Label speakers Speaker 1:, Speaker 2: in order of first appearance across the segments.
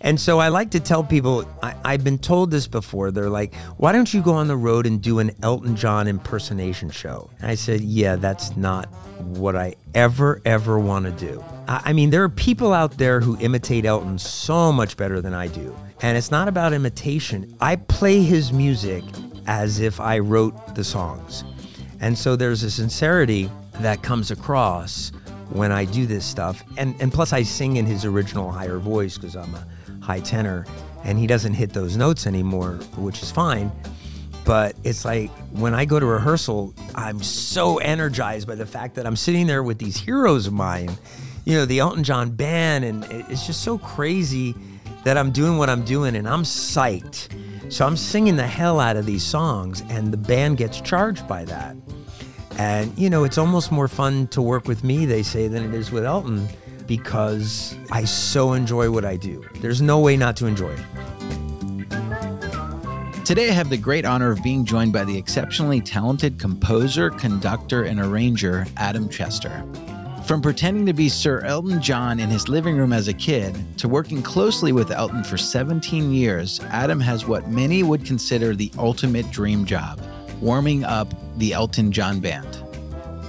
Speaker 1: And so I like to tell people, I, I've been told this before. They're like, why don't you go on the road and do an Elton John impersonation show? And I said, yeah, that's not what I ever, ever want to do. I, I mean, there are people out there who imitate Elton so much better than I do. And it's not about imitation. I play his music as if I wrote the songs. And so there's a sincerity that comes across when I do this stuff. And, and plus, I sing in his original higher voice because I'm a high tenor and he doesn't hit those notes anymore, which is fine. But it's like when I go to rehearsal, I'm so energized by the fact that I'm sitting there with these heroes of mine, you know, the Elton John band. And it- it's just so crazy that I'm doing what I'm doing and I'm psyched. So I'm singing the hell out of these songs, and the band gets charged by that. And, you know, it's almost more fun to work with me, they say, than it is with Elton because I so enjoy what I do. There's no way not to enjoy it.
Speaker 2: Today, I have the great honor of being joined by the exceptionally talented composer, conductor, and arranger, Adam Chester. From pretending to be Sir Elton John in his living room as a kid to working closely with Elton for 17 years, Adam has what many would consider the ultimate dream job warming up the Elton John band.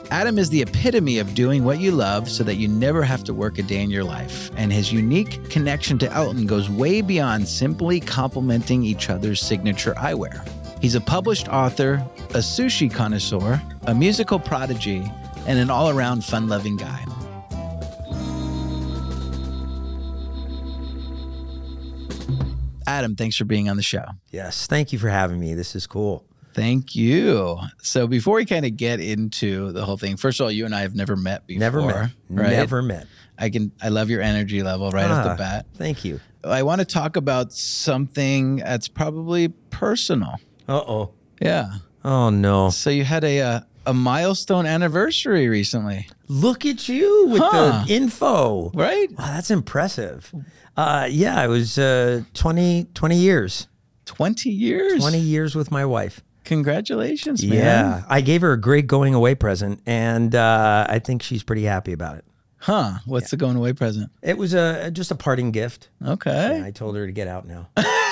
Speaker 2: Adam is the epitome of doing what you love so that you never have to work a day in your life. And his unique connection to Elton goes way beyond simply complimenting each other's signature eyewear. He's a published author, a sushi connoisseur, a musical prodigy, and an all around fun loving guy. Adam, thanks for being on the show.
Speaker 1: Yes. Thank you for having me. This is cool.
Speaker 2: Thank you. So before we kind of get into the whole thing, first of all, you and I have never met before.
Speaker 1: Never met.
Speaker 2: right?
Speaker 1: Never met.
Speaker 2: I can. I love your energy level right off
Speaker 1: Ah,
Speaker 2: the bat.
Speaker 1: Thank you.
Speaker 2: I want to talk about something that's probably personal.
Speaker 1: Uh oh.
Speaker 2: Yeah.
Speaker 1: Oh, no.
Speaker 2: So you had a a, a milestone anniversary recently,
Speaker 1: Look at you with
Speaker 2: Huh.
Speaker 1: the info. Wow,
Speaker 2: right?
Speaker 1: that's impressive. Uh, yeah, it was uh, 20, 20 years.
Speaker 2: Twenty years.
Speaker 1: 20 years with my wife.
Speaker 2: Congratulations, man.
Speaker 1: Yeah. I gave her a great going away present, and uh, I think she's pretty happy about it.
Speaker 2: Huh? What's the going away present?
Speaker 1: It was a just a parting gift.
Speaker 2: Okay.
Speaker 1: I told her to get out now.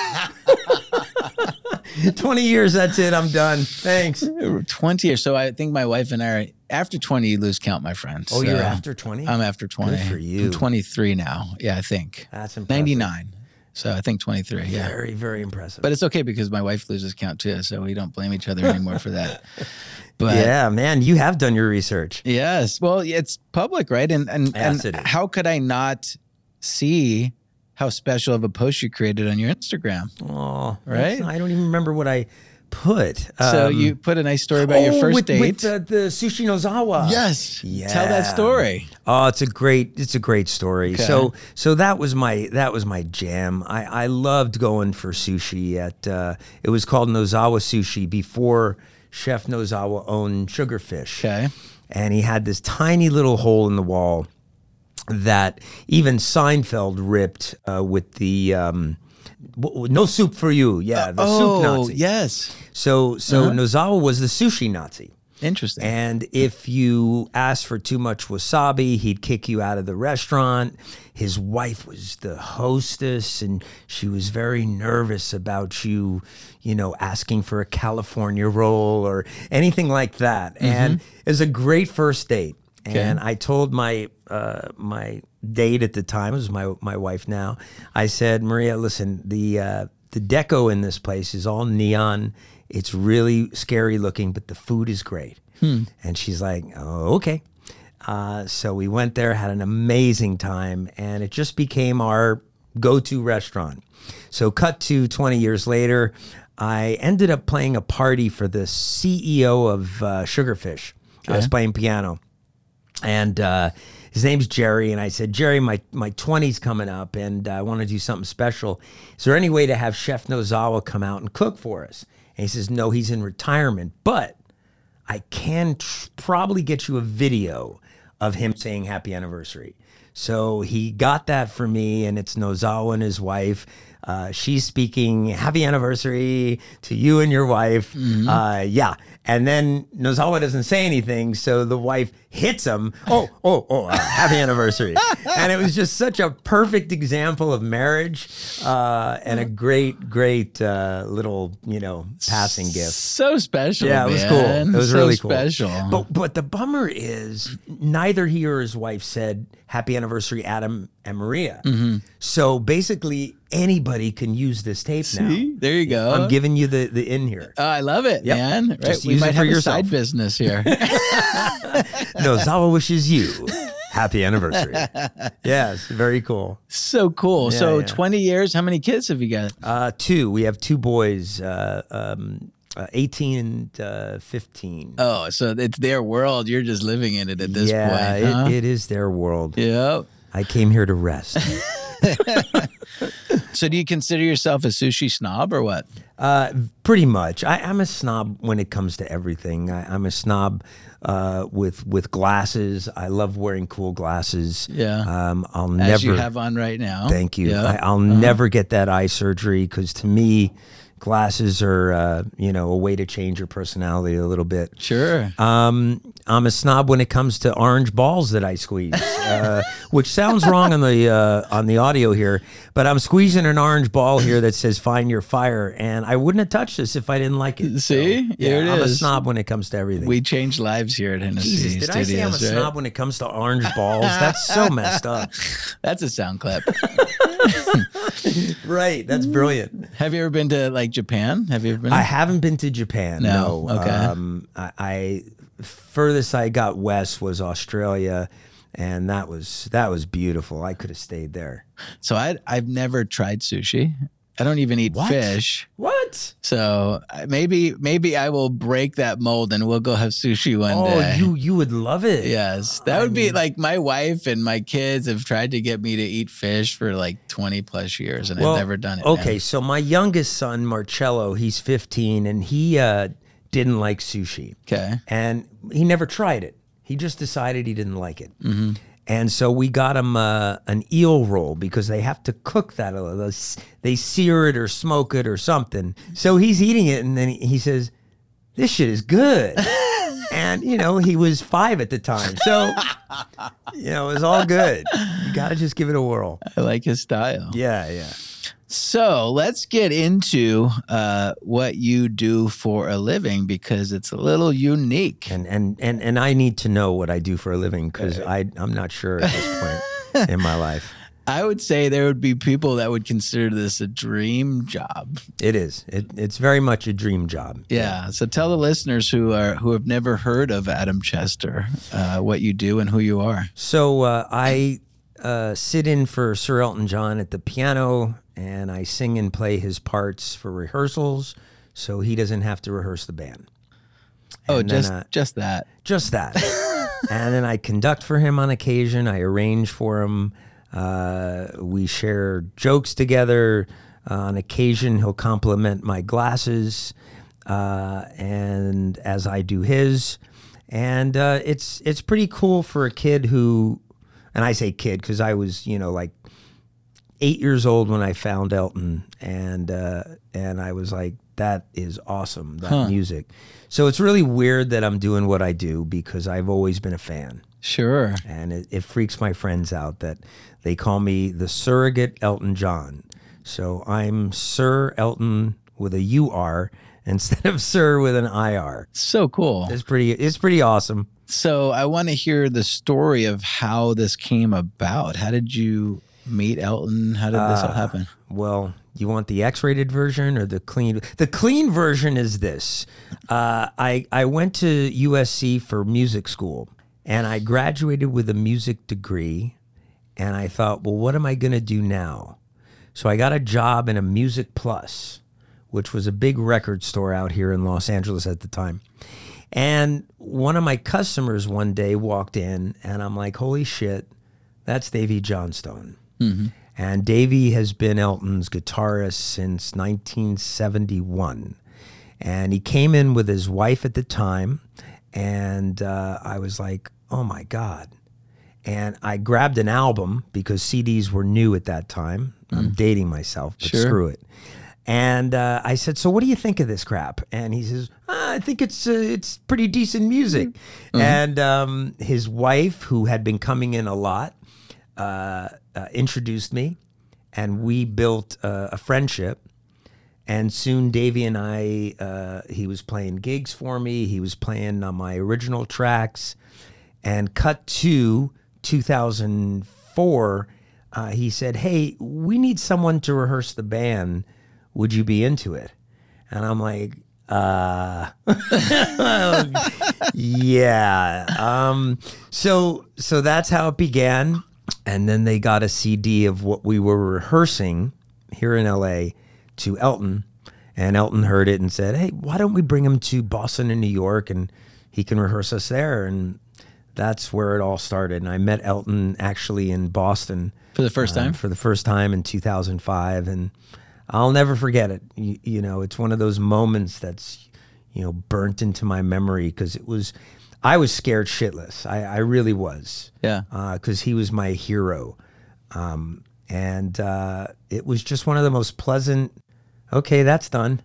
Speaker 1: 20 years, that's it. I'm done. Thanks.
Speaker 2: 20 years. So I think my wife and I are after 20, you lose count, my friend.
Speaker 1: Oh, you're
Speaker 2: So um,
Speaker 1: after 20?
Speaker 2: I'm after 20.
Speaker 1: for you.
Speaker 2: I'm 23 now. Yeah, I think.
Speaker 1: That's impressive.
Speaker 2: 99. So I think 23. Yeah.
Speaker 1: Very, very impressive.
Speaker 2: But it's okay because my wife loses count too. So we don't blame each other anymore for that. But
Speaker 1: yeah, man, you have done your research.
Speaker 2: yes. Well, it's public, right? And, and,
Speaker 1: Yes,
Speaker 2: and
Speaker 1: it is.
Speaker 2: how could I not see how special of a post you created on your Instagram?
Speaker 1: Oh,
Speaker 2: Right?
Speaker 1: that's- I don't even remember what I put.
Speaker 2: so
Speaker 1: Um,
Speaker 2: you put a nice story about your
Speaker 1: oh,
Speaker 2: first
Speaker 1: with,
Speaker 2: date.
Speaker 1: With the, the sushi nozawa.
Speaker 2: yes. Tell that
Speaker 1: Yeah.
Speaker 2: story.
Speaker 1: Oh, it's a great it's a great story.
Speaker 2: Okay.
Speaker 1: So so that was my that was my jam. I, I loved going for sushi at uh, it was called Nozawa Sushi before Chef Nozawa owned Sugarfish.
Speaker 2: Okay.
Speaker 1: And he had this tiny little hole in the wall that even Seinfeld ripped uh, with the um, w- w- no soup for you. Yeah, the
Speaker 2: oh,
Speaker 1: soup Nazi.
Speaker 2: yes.
Speaker 1: So so Nozawa was the sushi Nazi.
Speaker 2: Interesting.
Speaker 1: And if you asked for too much wasabi, he'd kick you out of the restaurant. His wife was the hostess, and she was very nervous about you, you know, asking for a California roll or anything like that. And it was a great first date. And I told my uh, my date at the time, it was my my wife now. I said, Maria, listen, the uh, the deco in this place is all neon. It's really scary looking, but the food is great. And she's like, oh, okay. Uh, so we went there, had an amazing time, and it just became our go to restaurant. So, cut to 20 years later, I ended up playing a party for the CEO of uh, Sugarfish. I was playing piano and uh, his name's Jerry. And I said, Jerry, my my twenties coming up, and uh, I want to do something special. Is there any way to have Chef Nozawa come out and cook for us? And he says, No, he's in retirement, but I can tr- probably get you a video of him saying happy anniversary. So he got that for me, and it's Nozawa and his wife. Uh, she's speaking happy anniversary to you and your wife. Uh, yeah. And then Nozawa doesn't say anything. So the wife hits him. Oh, oh, oh, uh, happy anniversary. and it was just such a perfect example of marriage uh, and a great, great uh, little, you know, passing gift.
Speaker 2: So special.
Speaker 1: Yeah, it was cool.
Speaker 2: man.
Speaker 1: It was
Speaker 2: so
Speaker 1: really cool.
Speaker 2: special.
Speaker 1: But but the bummer is neither he or his wife said happy anniversary, Adam and Maria.
Speaker 2: Mm-hmm.
Speaker 1: So basically anybody can use this tape
Speaker 2: See?
Speaker 1: now.
Speaker 2: There you go.
Speaker 1: I'm giving you the the in here.
Speaker 2: Oh, I love it,
Speaker 1: Yep.
Speaker 2: man. Right.
Speaker 1: Just
Speaker 2: we
Speaker 1: use
Speaker 2: might
Speaker 1: it for
Speaker 2: have a
Speaker 1: yourself.
Speaker 2: side business here.
Speaker 1: No, Zawa wishes you happy anniversary. yes, very cool.
Speaker 2: so cool. so
Speaker 1: yeah.
Speaker 2: 20 years, how many kids have you got?
Speaker 1: Uh, two. We have two boys, uh, um, uh, 18 and uh, 15.
Speaker 2: Oh, so it's their world. You're just living in it at this
Speaker 1: yeah,
Speaker 2: point. huh?
Speaker 1: it, it is their world.
Speaker 2: yep.
Speaker 1: I came here to rest.
Speaker 2: So do you consider yourself a sushi snob or what?
Speaker 1: Uh, pretty much. I, I'm a snob when it comes to everything. I, I'm a snob uh, with with glasses. I love wearing cool glasses.
Speaker 2: Yeah.
Speaker 1: Um, I'll
Speaker 2: As
Speaker 1: never.
Speaker 2: you have on right now.
Speaker 1: thank you.
Speaker 2: Yeah. Uh-huh.
Speaker 1: I, I'll never get that eye surgery because to me, glasses are uh, you know a way to change your personality a little bit.
Speaker 2: sure.
Speaker 1: Um, I'm a snob when it comes to orange balls that I squeeze, uh, which sounds wrong on the uh, on the audio here, but I'm squeezing an orange ball here that says "Find Your Fire," and I wouldn't have touched this if I didn't like it.
Speaker 2: See?
Speaker 1: yeah,
Speaker 2: Here it
Speaker 1: I'm a
Speaker 2: is.
Speaker 1: snob when it comes to everything.
Speaker 2: we change lives here at Hennessy
Speaker 1: Jesus, did I
Speaker 2: Studios.
Speaker 1: say I'm a
Speaker 2: right?
Speaker 1: snob when it comes to orange balls? That's so messed up.
Speaker 2: That's a sound clip.
Speaker 1: Right, that's brilliant.
Speaker 2: have you ever been to like Japan? Have you ever been?
Speaker 1: I haven't been to Japan.
Speaker 2: No?
Speaker 1: No.
Speaker 2: Okay.
Speaker 1: Um, I, I furthest I got west was Australia, and that was that was beautiful. I could have stayed there.
Speaker 2: so I, I've never tried sushi. I don't even eat
Speaker 1: What?
Speaker 2: fish.
Speaker 1: What?
Speaker 2: So I- maybe maybe I will break that mold and we'll go have sushi one
Speaker 1: Oh,
Speaker 2: day.
Speaker 1: you you would love it.
Speaker 2: yes, that would be like my wife and my kids have tried to get me to eat fish for like twenty plus years, and
Speaker 1: Well,
Speaker 2: I've never done it. man.
Speaker 1: Okay, so my youngest son Marcello, he's 15, and he uh, didn't like sushi.
Speaker 2: okay,
Speaker 1: and he never tried it. He just decided he didn't like it. And so we got him uh, an eel roll because they have to cook that. a little. They s- They sear it or smoke it or something. So he's eating it, and then he he says, "This shit is good." and you know he was five at the time, so you know it was all good. You gotta just give it a whirl.
Speaker 2: I like his style.
Speaker 1: Yeah, yeah.
Speaker 2: So let's get into uh, what you do for a living because it's a little unique.
Speaker 1: And and and and I need to know what I do for a living because I I'm not sure at this point in my life.
Speaker 2: I would say there would be people that would consider this a dream job.
Speaker 1: It is. It, it's very much a dream job.
Speaker 2: Yeah. So tell the listeners who are who have never heard of Adam Chester uh, what you do and who you are.
Speaker 1: So uh, I uh, sit in for Sir Elton John at the piano, and I sing and play his parts for rehearsals, so he doesn't have to rehearse the band.
Speaker 2: Oh,
Speaker 1: then,
Speaker 2: just
Speaker 1: uh,
Speaker 2: just that.
Speaker 1: Just that. and then I conduct for him on occasion. I arrange for him. Uh, we share jokes together. Uh, on occasion, he'll compliment my glasses, uh, and as I do his. And uh, it's it's pretty cool for a kid who, and I say kid because I was you know like eight years old when I found Elton, and uh, and I was like, that is awesome, that music. So it's really weird that I'm doing what I do because I've always been a fan,
Speaker 2: Sure.
Speaker 1: and it, it freaks my friends out that they call me the surrogate Elton John. So I'm Sir Elton with a U R instead of Sir with an I R.
Speaker 2: So cool.
Speaker 1: It's pretty. It's pretty awesome.
Speaker 2: So I want to hear the story of how this came about. How did you meet Elton? How did this
Speaker 1: Uh,
Speaker 2: all happen?
Speaker 1: Well, you want the X-rated version or the clean? The clean version is this. Uh, I I went to USC for music school, and I graduated with a music degree, and I thought, well, what am I going to do now? So I got a job in a Music Plus, which was a big record store out here in Los Angeles at the time. And one of my customers one day walked in, and I'm like, holy shit, that's Davey Johnstone. And Davey has been Elton's guitarist since 1971. And he came in with his wife at the time. And uh, I was like, oh my God. And I grabbed an album because CDs were new at that time. I'm dating myself, but
Speaker 2: Sure.
Speaker 1: screw it. And uh, I said, "So what do you think of this crap?" And he says, "Ah, "I think it's uh, it's pretty decent music." And um, his wife, who had been coming in a lot, uh, uh, introduced me, and we built uh, a friendship. And soon, Davey and I, uh, he was playing gigs for me. He was playing on my original tracks. And cut to 2004, uh, he said, Hey, we need someone to rehearse the band. Would you be into it? And I'm like, uh, yeah. Um, so, so that's how it began. And then they got a CD of what we were rehearsing here in LA to Elton. And Elton heard it and said, Hey, why don't we bring him to Boston and New York and he can rehearse us there? And that's where it all started. And I met Elton actually in Boston
Speaker 2: for the first
Speaker 1: uh,
Speaker 2: time.
Speaker 1: for the first time in 2005 and i'll never forget it you, you know it's one of those moments that's you know burnt into my memory because it was i was scared shitless i, I really was
Speaker 2: Yeah.
Speaker 1: because he was my hero um, and uh, it was just one of the most pleasant okay that's done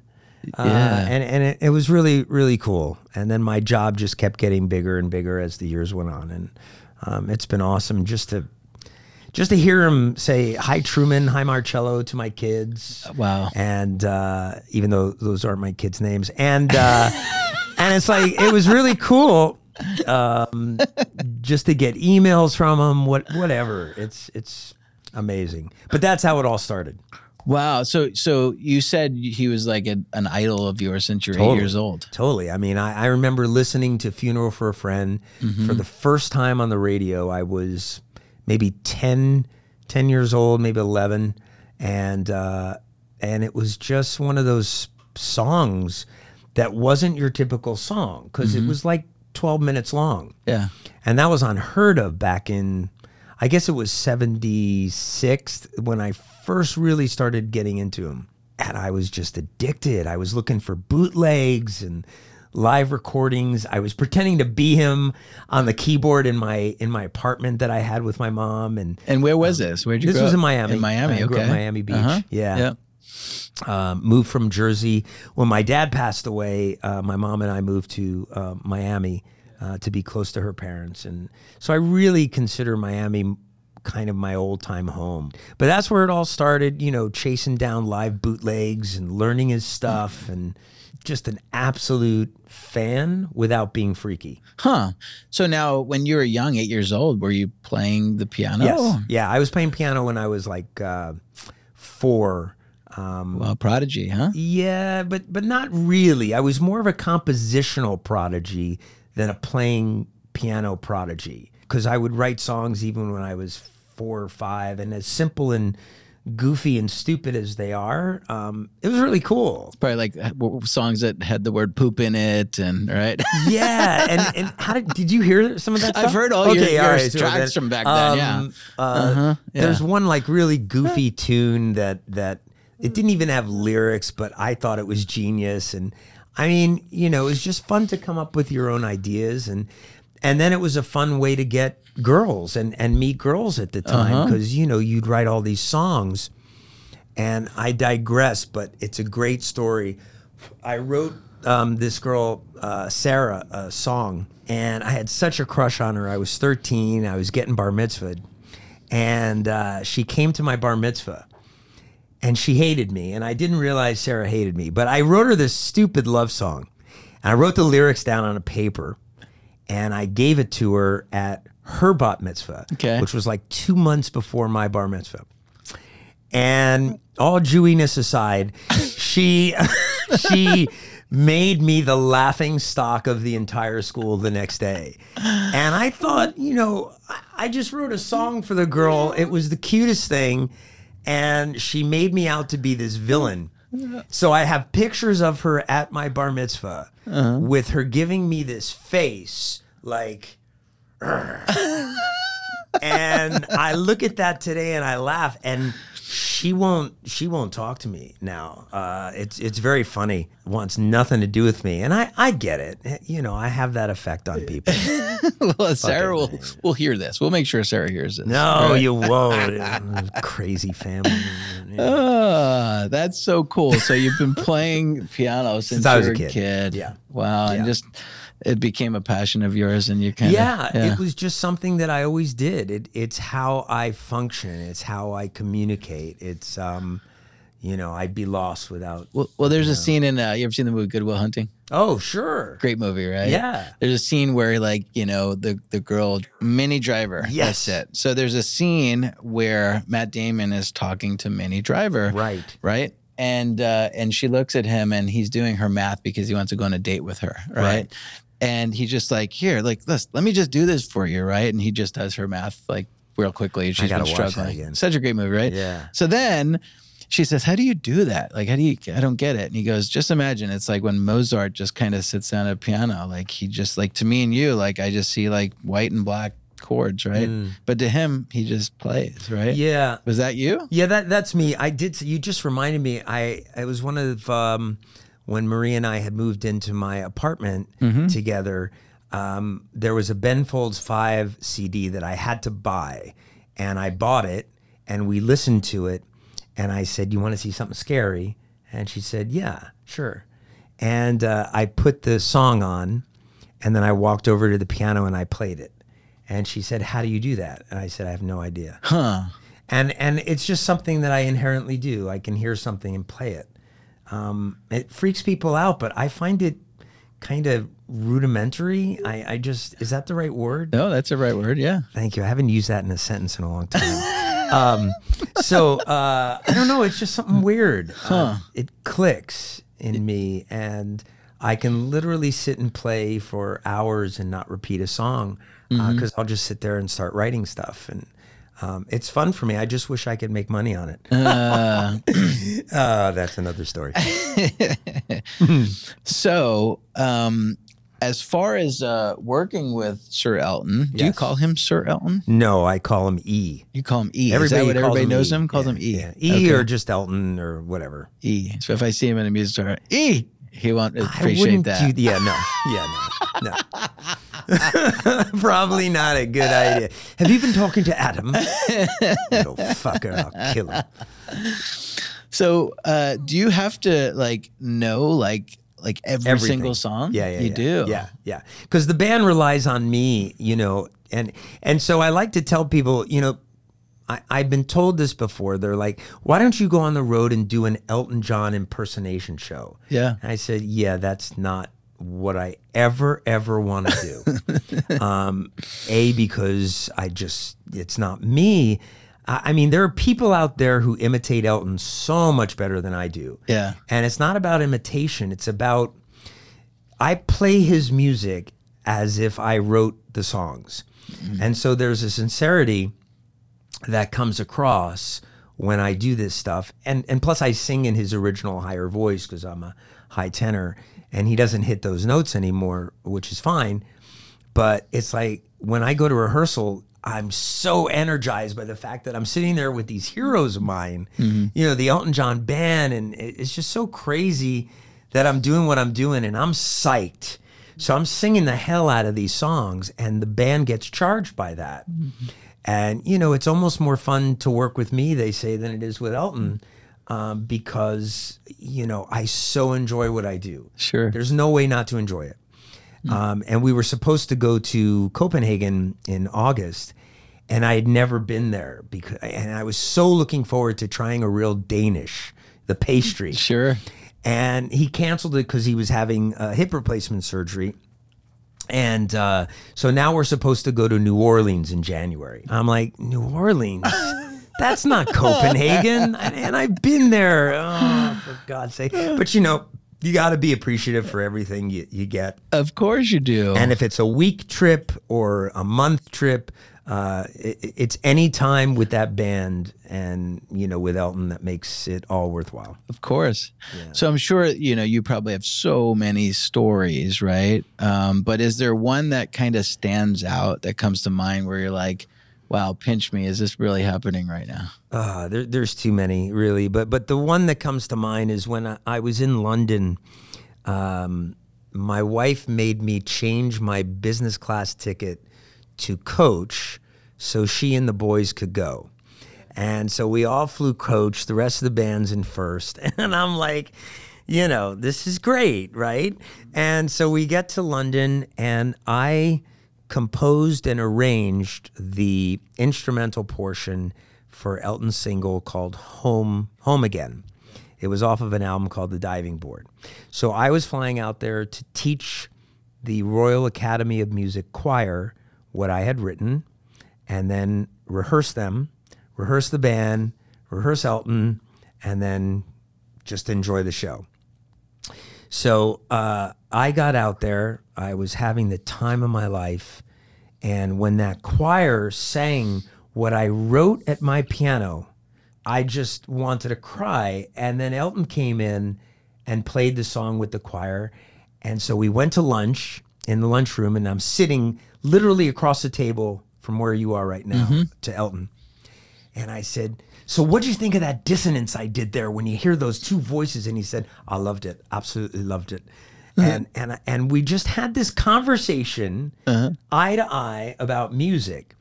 Speaker 1: uh,
Speaker 2: Yeah.
Speaker 1: and, and it, it was really really cool and then my job just kept getting bigger and bigger as the years went on and um, it's been awesome just to just to hear him say hi Truman, hi Marcello to my kids.
Speaker 2: Wow.
Speaker 1: And uh, even though those aren't my kids' names, and uh, and it's like it was really cool um, just to get emails from him. What whatever, it's it's amazing. But that's how it all started.
Speaker 2: Wow. So so you said he was like a, an idol of yours since you're
Speaker 1: Totally.
Speaker 2: eight years old.
Speaker 1: Totally. I mean, I, I remember listening to Funeral for a Friend for the first time on the radio. I was maybe 10, 10 years old, maybe 11. And, uh, and it was just one of those songs that wasn't your typical song because it was like 12 minutes long.
Speaker 2: Yeah.
Speaker 1: And that was unheard of back in, I guess it was 76 when I first really started getting into him. And I was just addicted. I was looking for bootlegs and live recordings. I was pretending to be him on the keyboard in my in my apartment that I had with my mom. And
Speaker 2: And where was this? Where'd you
Speaker 1: this
Speaker 2: grow
Speaker 1: was
Speaker 2: up?
Speaker 1: in Miami.
Speaker 2: In Miami.
Speaker 1: I
Speaker 2: okay.
Speaker 1: grew up in Miami Beach.
Speaker 2: Uh-huh.
Speaker 1: Yeah
Speaker 2: Yeah.
Speaker 1: um, moved from Jersey. When my dad passed away, uh, my mom and I moved to uh, Miami uh, to be close to her parents. And so I really consider Miami m- kind of my old time home. But that's where it all started, you know, chasing down live bootlegs and learning his stuff and just an absolute fan without being freaky.
Speaker 2: Huh. So now, when you were young, eight years old, were you playing the piano?
Speaker 1: Yes. Yeah. I was playing piano when I was like uh, four. Um,
Speaker 2: Well, prodigy, huh?
Speaker 1: Yeah, but but not really. I was more of a compositional prodigy than a playing piano prodigy because I would write songs even when I was four or five, and as simple and goofy and stupid as they are, um, it was really cool.
Speaker 2: Probably like uh, w- w- songs that had the word poop in it, and right.
Speaker 1: Yeah, and, and how did did you hear some of that?
Speaker 2: I've
Speaker 1: stuff?
Speaker 2: heard all your- your
Speaker 1: so
Speaker 2: tracks
Speaker 1: then-
Speaker 2: from back then, yeah.
Speaker 1: uh,
Speaker 2: Uh-huh, yeah.
Speaker 1: There's one like really goofy tune that that it didn't even have lyrics, but I thought it was genius. And I mean, you know, it was just fun to come up with your own ideas, and and then it was a fun way to get girls and and meet girls at the
Speaker 2: Uh-huh.
Speaker 1: time because you know you'd write all these songs. And I digress, but it's a great story. I wrote um, this girl, uh, Sarah, a song, and I had such a crush on her. I was 13, I was getting bar mitzvahed, and uh, she came to my bar mitzvah. And she hated me, and I didn't realize Sarah hated me. But I wrote her this stupid love song, and I wrote the lyrics down on a paper, and I gave it to her at her bar mitzvah,
Speaker 2: Okay.
Speaker 1: which was like two months before my bar mitzvah and all Jewiness aside, she she made me the laughing stock of the entire school the next day. And I thought, you know, I, I just wrote a song for the girl. It was the cutest thing, and she made me out to be this villain. So I have pictures of her at my bar mitzvah with her giving me this face like and I look at that today and I laugh. And she won't she won't talk to me now. Uh, it's it's very funny. Wants nothing to do with me, and I I get it. You know, I have that effect on people.
Speaker 2: well, Sarah will will hear this. We'll make sure Sarah hears this.
Speaker 1: No,
Speaker 2: Right?
Speaker 1: you won't. Crazy family. Yeah.
Speaker 2: Ah, that's so cool. So you've been playing piano since,
Speaker 1: I was
Speaker 2: you
Speaker 1: a
Speaker 2: were
Speaker 1: kid. Yeah.
Speaker 2: Wow. And
Speaker 1: Yeah.
Speaker 2: just it became a passion of yours, and you kind of
Speaker 1: Yeah, it was just something that I always did. It, it's how I function. It's how I communicate. It's um, you know, I'd be lost without.
Speaker 2: well, well, there's a scene in uh, you ever seen the movie Goodwill Hunting?
Speaker 1: Oh, sure.
Speaker 2: Great movie, right?
Speaker 1: Yeah.
Speaker 2: There's a scene where like, you know, the the girl Minnie Driver.
Speaker 1: Yes.
Speaker 2: That's it. So there's a scene where Matt Damon is talking to Minnie Driver.
Speaker 1: Right.
Speaker 2: Right? And uh, and she looks at him and he's doing her math because he wants to go on a date with her, right?
Speaker 1: Right.
Speaker 2: And he's just like, here, like let let me just do this for you, right? And he just does her math like real quickly. She's
Speaker 1: gotta
Speaker 2: been
Speaker 1: watch that
Speaker 2: struggling.
Speaker 1: again.
Speaker 2: Such a great movie, right?
Speaker 1: Yeah.
Speaker 2: So then she says, How do you do that? Like, how do you, I don't get it. And he goes, Just imagine it's like when Mozart just kind of sits down at a piano. Like, he just, like, to me and you, like, I just see like white and black chords, right? But to him, he just plays, right?
Speaker 1: Mm. Yeah.
Speaker 2: Was that you?
Speaker 1: Yeah, that that's me. I did. s- You just reminded me. I it was one of um, when Marie and I had moved into my apartment together. Um, there was a Ben Folds Five CD that I had to buy, and I bought it, and we listened to it, and I said, "You want to see something scary?" And she said, "Yeah, sure." And uh, I put the song on, and then I walked over to the piano and I played it. And she said, "How do you do that?" And I said, "I have no idea."
Speaker 2: Huh.
Speaker 1: and and it's just something that I inherently do. I can hear something and play it. Um, it freaks people out, but I find it kind of rudimentary. I, I just is that the right word?
Speaker 2: No, that's the right word. Yeah.
Speaker 1: Thank you. I haven't used that in a sentence in a long time. um, so uh, I don't know. It's just something weird. Uh, it clicks in me, and I can literally sit and play for hours and not repeat a song because
Speaker 2: Mm-hmm.
Speaker 1: I'll just sit there and start writing stuff, and um, it's fun for me. I just wish I could make money on it.
Speaker 2: Uh,
Speaker 1: Uh, that's another story.
Speaker 2: so, um, as far as uh, working with Sir Elton, do you
Speaker 1: Yes.
Speaker 2: call him Sir Elton?
Speaker 1: No, I call him E.
Speaker 2: You call him E. Is that what
Speaker 1: calls
Speaker 2: everybody knows
Speaker 1: E.
Speaker 2: him? Calls
Speaker 1: Yeah,
Speaker 2: him E.
Speaker 1: yeah. E
Speaker 2: Okay.
Speaker 1: or just Elton or whatever.
Speaker 2: E. So if I see him in a music store, E, he won't
Speaker 1: I
Speaker 2: appreciate
Speaker 1: wouldn't
Speaker 2: that.
Speaker 1: do- yeah, no, yeah, no, no. Probably not a good idea. Have you been talking to Adam? Little fucker, I'll kill him.
Speaker 2: so uh, do you have to like know like like every
Speaker 1: Everything.
Speaker 2: single song?
Speaker 1: Yeah, yeah,
Speaker 2: you
Speaker 1: yeah.
Speaker 2: do.
Speaker 1: Yeah, yeah. Because the band relies on me, you know, and and so I like to tell people, you know, I, I've been told this before. They're like, why don't you go on the road and do an Elton John impersonation show?
Speaker 2: yeah.
Speaker 1: And I said, yeah, that's not what I ever, ever want to do. um, A, because I just, it's not me. I, I mean, there are people out there who imitate Elton so much better than I do.
Speaker 2: Yeah.
Speaker 1: And it's not about imitation, it's about I play his music as if I wrote the songs. And so there's a sincerity that comes across when I do this stuff. And and plus I sing in his original higher voice because I'm a high tenor and he doesn't hit those notes anymore, which is fine. But it's like when I go to rehearsal, I'm so energized by the fact that I'm sitting there with these heroes of mine, you know, the Elton John band, and it- it's just so crazy that I'm doing what I'm doing and I'm psyched. So I'm singing the hell out of these songs, and the band gets charged by that. And you know, it's almost more fun to work with me, they say, than it is with Elton, um, because you know I so enjoy what I do.
Speaker 2: Sure. Hmm.
Speaker 1: There's no way not to enjoy it. Um, and we were supposed to go to Copenhagen in August, and I had never been there because, and I was so looking forward to trying a real Danish, the pastry
Speaker 2: Sure.
Speaker 1: and he canceled it because he was having uh, hip replacement surgery. And uh, so now we're supposed to go to New Orleans in January. I'm like, New Orleans? That's not Copenhagen. And, and I've been there. Oh, for God's sake. But you know, you got to be appreciative for everything you, you get.
Speaker 2: Of course you do.
Speaker 1: And if it's a week trip or a month trip, uh, it, it's any time with that band and, you know, with Elton that makes it all worthwhile.
Speaker 2: of course. So I'm sure you know you probably have so many stories, right? Um, but is there one that kind of stands out that comes to mind where you're like, wow, pinch me. Is this really happening right now?
Speaker 1: Uh, there, there's too many, really. But but the one that comes to mind is when I, I was in London. Um, my wife made me change my business class ticket to coach, so she and the boys could go. And so we all flew coach, the rest of the band's in first. And I'm like, you know, this is great, right? And so we get to London and I composed and arranged the instrumental portion for Elton's single called Home Home Again. It was off of an album called The Diving Board. So I was flying out there to teach the Royal Academy of Music choir what I had written and then rehearse them, rehearse the band, rehearse Elton, and then just enjoy the show. So uh, I got out there. I was having the time of my life. And when that choir sang what I wrote at my piano, I just wanted to cry. And then Elton came in and played the song with the choir. And so we went to lunch in the lunchroom, and I'm sitting literally across the table from where you are right now to Elton. And I said, So what do you think of that dissonance I did there when you hear those two voices? And he said, I loved it. Absolutely loved it. And and and we just had this conversation eye to eye about music.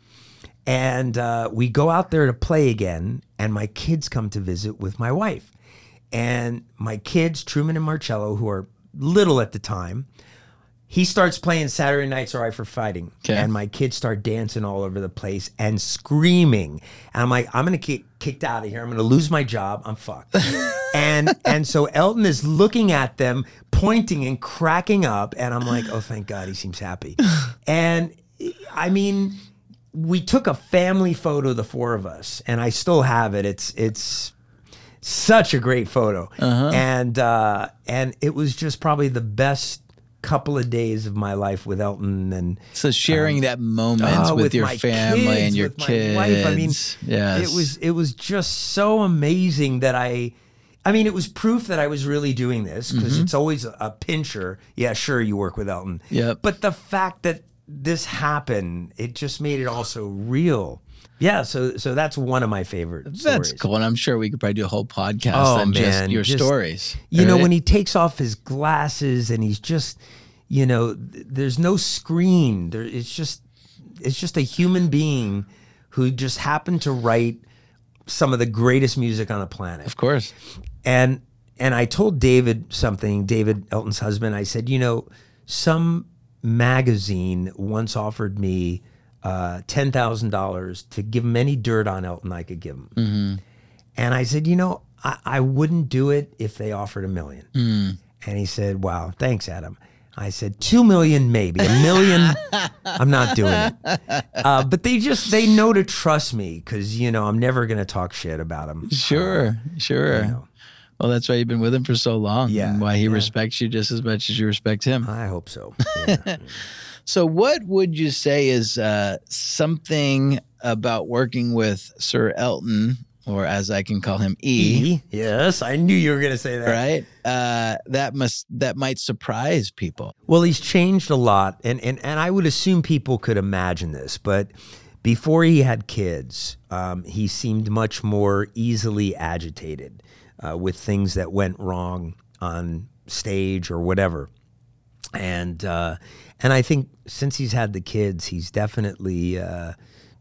Speaker 1: And uh, we go out there to play again, and my kids come to visit with my wife. And my kids, Truman and Marcello, who are little at the time, he starts playing Saturday Nights All Right for Fighting.
Speaker 2: Okay.
Speaker 1: And my kids start dancing all over the place and screaming. And I'm like, I'm going to get kicked out of here. I'm going to lose my job. I'm fucked. and and so Elton is looking at them, pointing and cracking up. And I'm like, oh, thank God he seems happy. And I mean, we took a family photo, the four of us, and I still have it. It's, it's, such a great photo,
Speaker 2: Uh-huh.
Speaker 1: and uh, and it was just probably the best couple of days of my life with Elton, and
Speaker 2: So sharing that moment
Speaker 1: oh,
Speaker 2: with, your
Speaker 1: my
Speaker 2: family
Speaker 1: kids,
Speaker 2: and your
Speaker 1: with
Speaker 2: kids.
Speaker 1: My wife. I mean,
Speaker 2: yes.
Speaker 1: it was it was just so amazing that I, I mean, it was proof that I was really doing this because
Speaker 2: Mm-hmm.
Speaker 1: it's always a, a pincher. Yeah, sure, you work with Elton.
Speaker 2: Yep.
Speaker 1: but the fact that this happened, it just made it all so real. Yeah, so so that's one of my favorite.
Speaker 2: That's
Speaker 1: stories.
Speaker 2: cool, and I'm sure we could probably do a whole podcast
Speaker 1: Oh,
Speaker 2: on just
Speaker 1: man,
Speaker 2: your
Speaker 1: just-
Speaker 2: stories.
Speaker 1: You know,
Speaker 2: right?
Speaker 1: when he takes off his glasses and he's just, you know, th- there's no screen. There, it's just, it's just a human being who just happened to write some of the greatest music on the planet.
Speaker 2: of course,
Speaker 1: And and I told David something, David Elton's husband. I said, you know, some magazine once offered me uh, ten thousand dollars to give him any dirt on Elton I could give him.
Speaker 2: Mm-hmm.
Speaker 1: And I said, you know, I, I wouldn't do it if they offered a million.
Speaker 2: Mm.
Speaker 1: And he said, wow, thanks, Adam. I said, two million, maybe a million. I'm not doing it. Uh, but they just, they know to trust me because, you know, I'm never going to talk shit about him.
Speaker 2: sure, sure. Well, that's why you've been with him for so long,
Speaker 1: Yeah,
Speaker 2: and why he respects you just as much as you respect him.
Speaker 1: I hope so. Yeah.
Speaker 2: So, what would you say is uh, something about working with Sir Elton, or as I can call him, E?
Speaker 1: E? Yes, I knew you were going to say that.
Speaker 2: Right? Uh, that must that might surprise people.
Speaker 1: Well, he's changed a lot, and, and and I would assume people could imagine this, but before he had kids, um, he seemed much more easily agitated uh, with things that went wrong on stage or whatever, and uh, and I think since he's had the kids, he's definitely uh,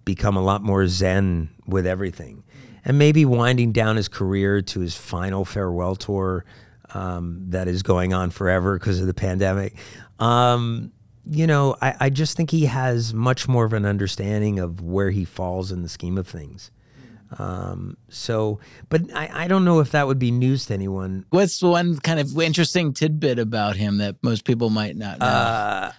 Speaker 1: become a lot more zen with everything, and maybe winding down his career to his final farewell tour um, that is going on forever because of the pandemic. Um, you know, I, I just think he has much more of an understanding of where he falls in the scheme of things. Um, so, but I, I don't know if that would be news to anyone.
Speaker 2: What's one kind of interesting tidbit about him that most people might not know?
Speaker 1: Uh,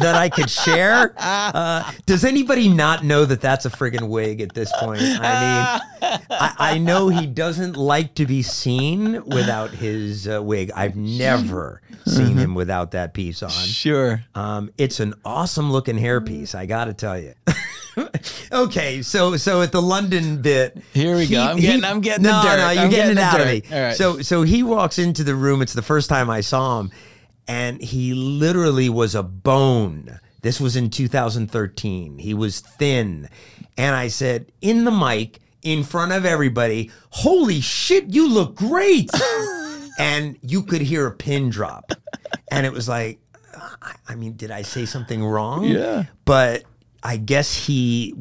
Speaker 1: that I could share. Uh, does anybody not know that that's a friggin' wig at this point? I mean, I, I know he doesn't like to be seen without his uh, wig. I've never seen him without that piece on.
Speaker 2: sure.
Speaker 1: Um, it's an awesome looking hairpiece, I gotta tell you. okay, so so at the London bit,
Speaker 2: Here we go. I'm getting- I'm getting the
Speaker 1: no,
Speaker 2: dirt.
Speaker 1: No, you're getting,
Speaker 2: I'm getting
Speaker 1: it
Speaker 2: the
Speaker 1: out
Speaker 2: dirt.
Speaker 1: of me.
Speaker 2: All right.
Speaker 1: So so he walks into the room. It's the first time I saw him, and he literally was a bone. This was in 2013. He was thin. And I said, in the mic, in front of everybody, holy shit, you look great. and you could hear a pin drop. And it was like, I- I mean, did I say something wrong?
Speaker 2: Yeah.
Speaker 1: But I guess he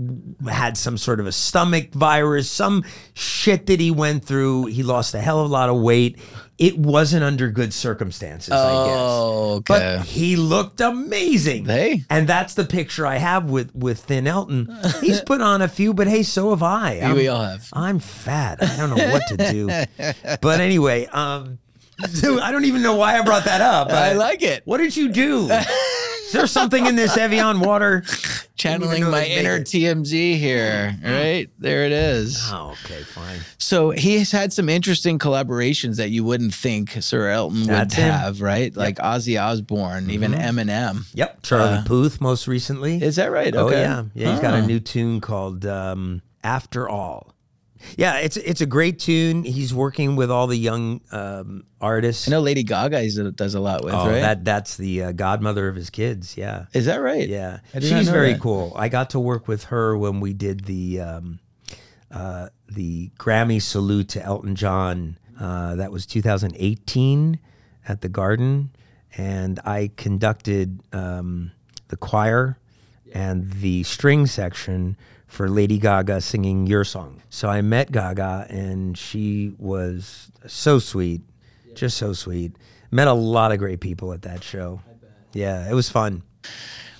Speaker 1: had some sort of a stomach virus, some shit that he went through. He lost a hell of a lot of weight. It wasn't under good circumstances, I guess.
Speaker 2: Oh, okay.
Speaker 1: But he looked amazing.
Speaker 2: Hey.
Speaker 1: And that's the picture I have with with Thin Elton. He's put on a few, but hey, so have I. I'm,
Speaker 2: we all have.
Speaker 1: I'm fat. I don't know what to do. but anyway, um, so I don't even know why I brought that up.
Speaker 2: I
Speaker 1: but
Speaker 2: like it.
Speaker 1: What did you do? Is there something in this Evian water?
Speaker 2: Channeling
Speaker 1: know
Speaker 2: my
Speaker 1: they made
Speaker 2: inner
Speaker 1: it.
Speaker 2: TMZ here.
Speaker 1: Uh-huh.
Speaker 2: Right? There it is.
Speaker 1: Oh, okay, fine.
Speaker 2: So he's had some interesting collaborations that you wouldn't think Sir Elton would
Speaker 1: That's him. Mm-hmm.
Speaker 2: have, right? Like Ozzy Osbourne, even Eminem.
Speaker 1: Yep, Charlie Puth most recently.
Speaker 2: Is that right?
Speaker 1: Oh
Speaker 2: Okay.
Speaker 1: yeah, yeah. He's got
Speaker 2: Ah.
Speaker 1: a new tune called um, "After All." Yeah, it's it's a great tune. He's working with all the young um, artists.
Speaker 2: I know Lady Gaga is, does a lot with,
Speaker 1: Oh,
Speaker 2: right?
Speaker 1: that that's the uh, godmother of his kids. Yeah,
Speaker 2: Is that right?
Speaker 1: yeah.
Speaker 2: I did not
Speaker 1: She's
Speaker 2: know
Speaker 1: very
Speaker 2: that.
Speaker 1: cool. I got to work with her when we did the um, uh, the Grammy salute to Elton John. Uh, that was 2018 at the Garden, and I conducted um, the choir and the string section for Lady Gaga singing your song. So I met Gaga, and she was so sweet, just so sweet. Met a lot of great people at that show. Yeah, it was fun.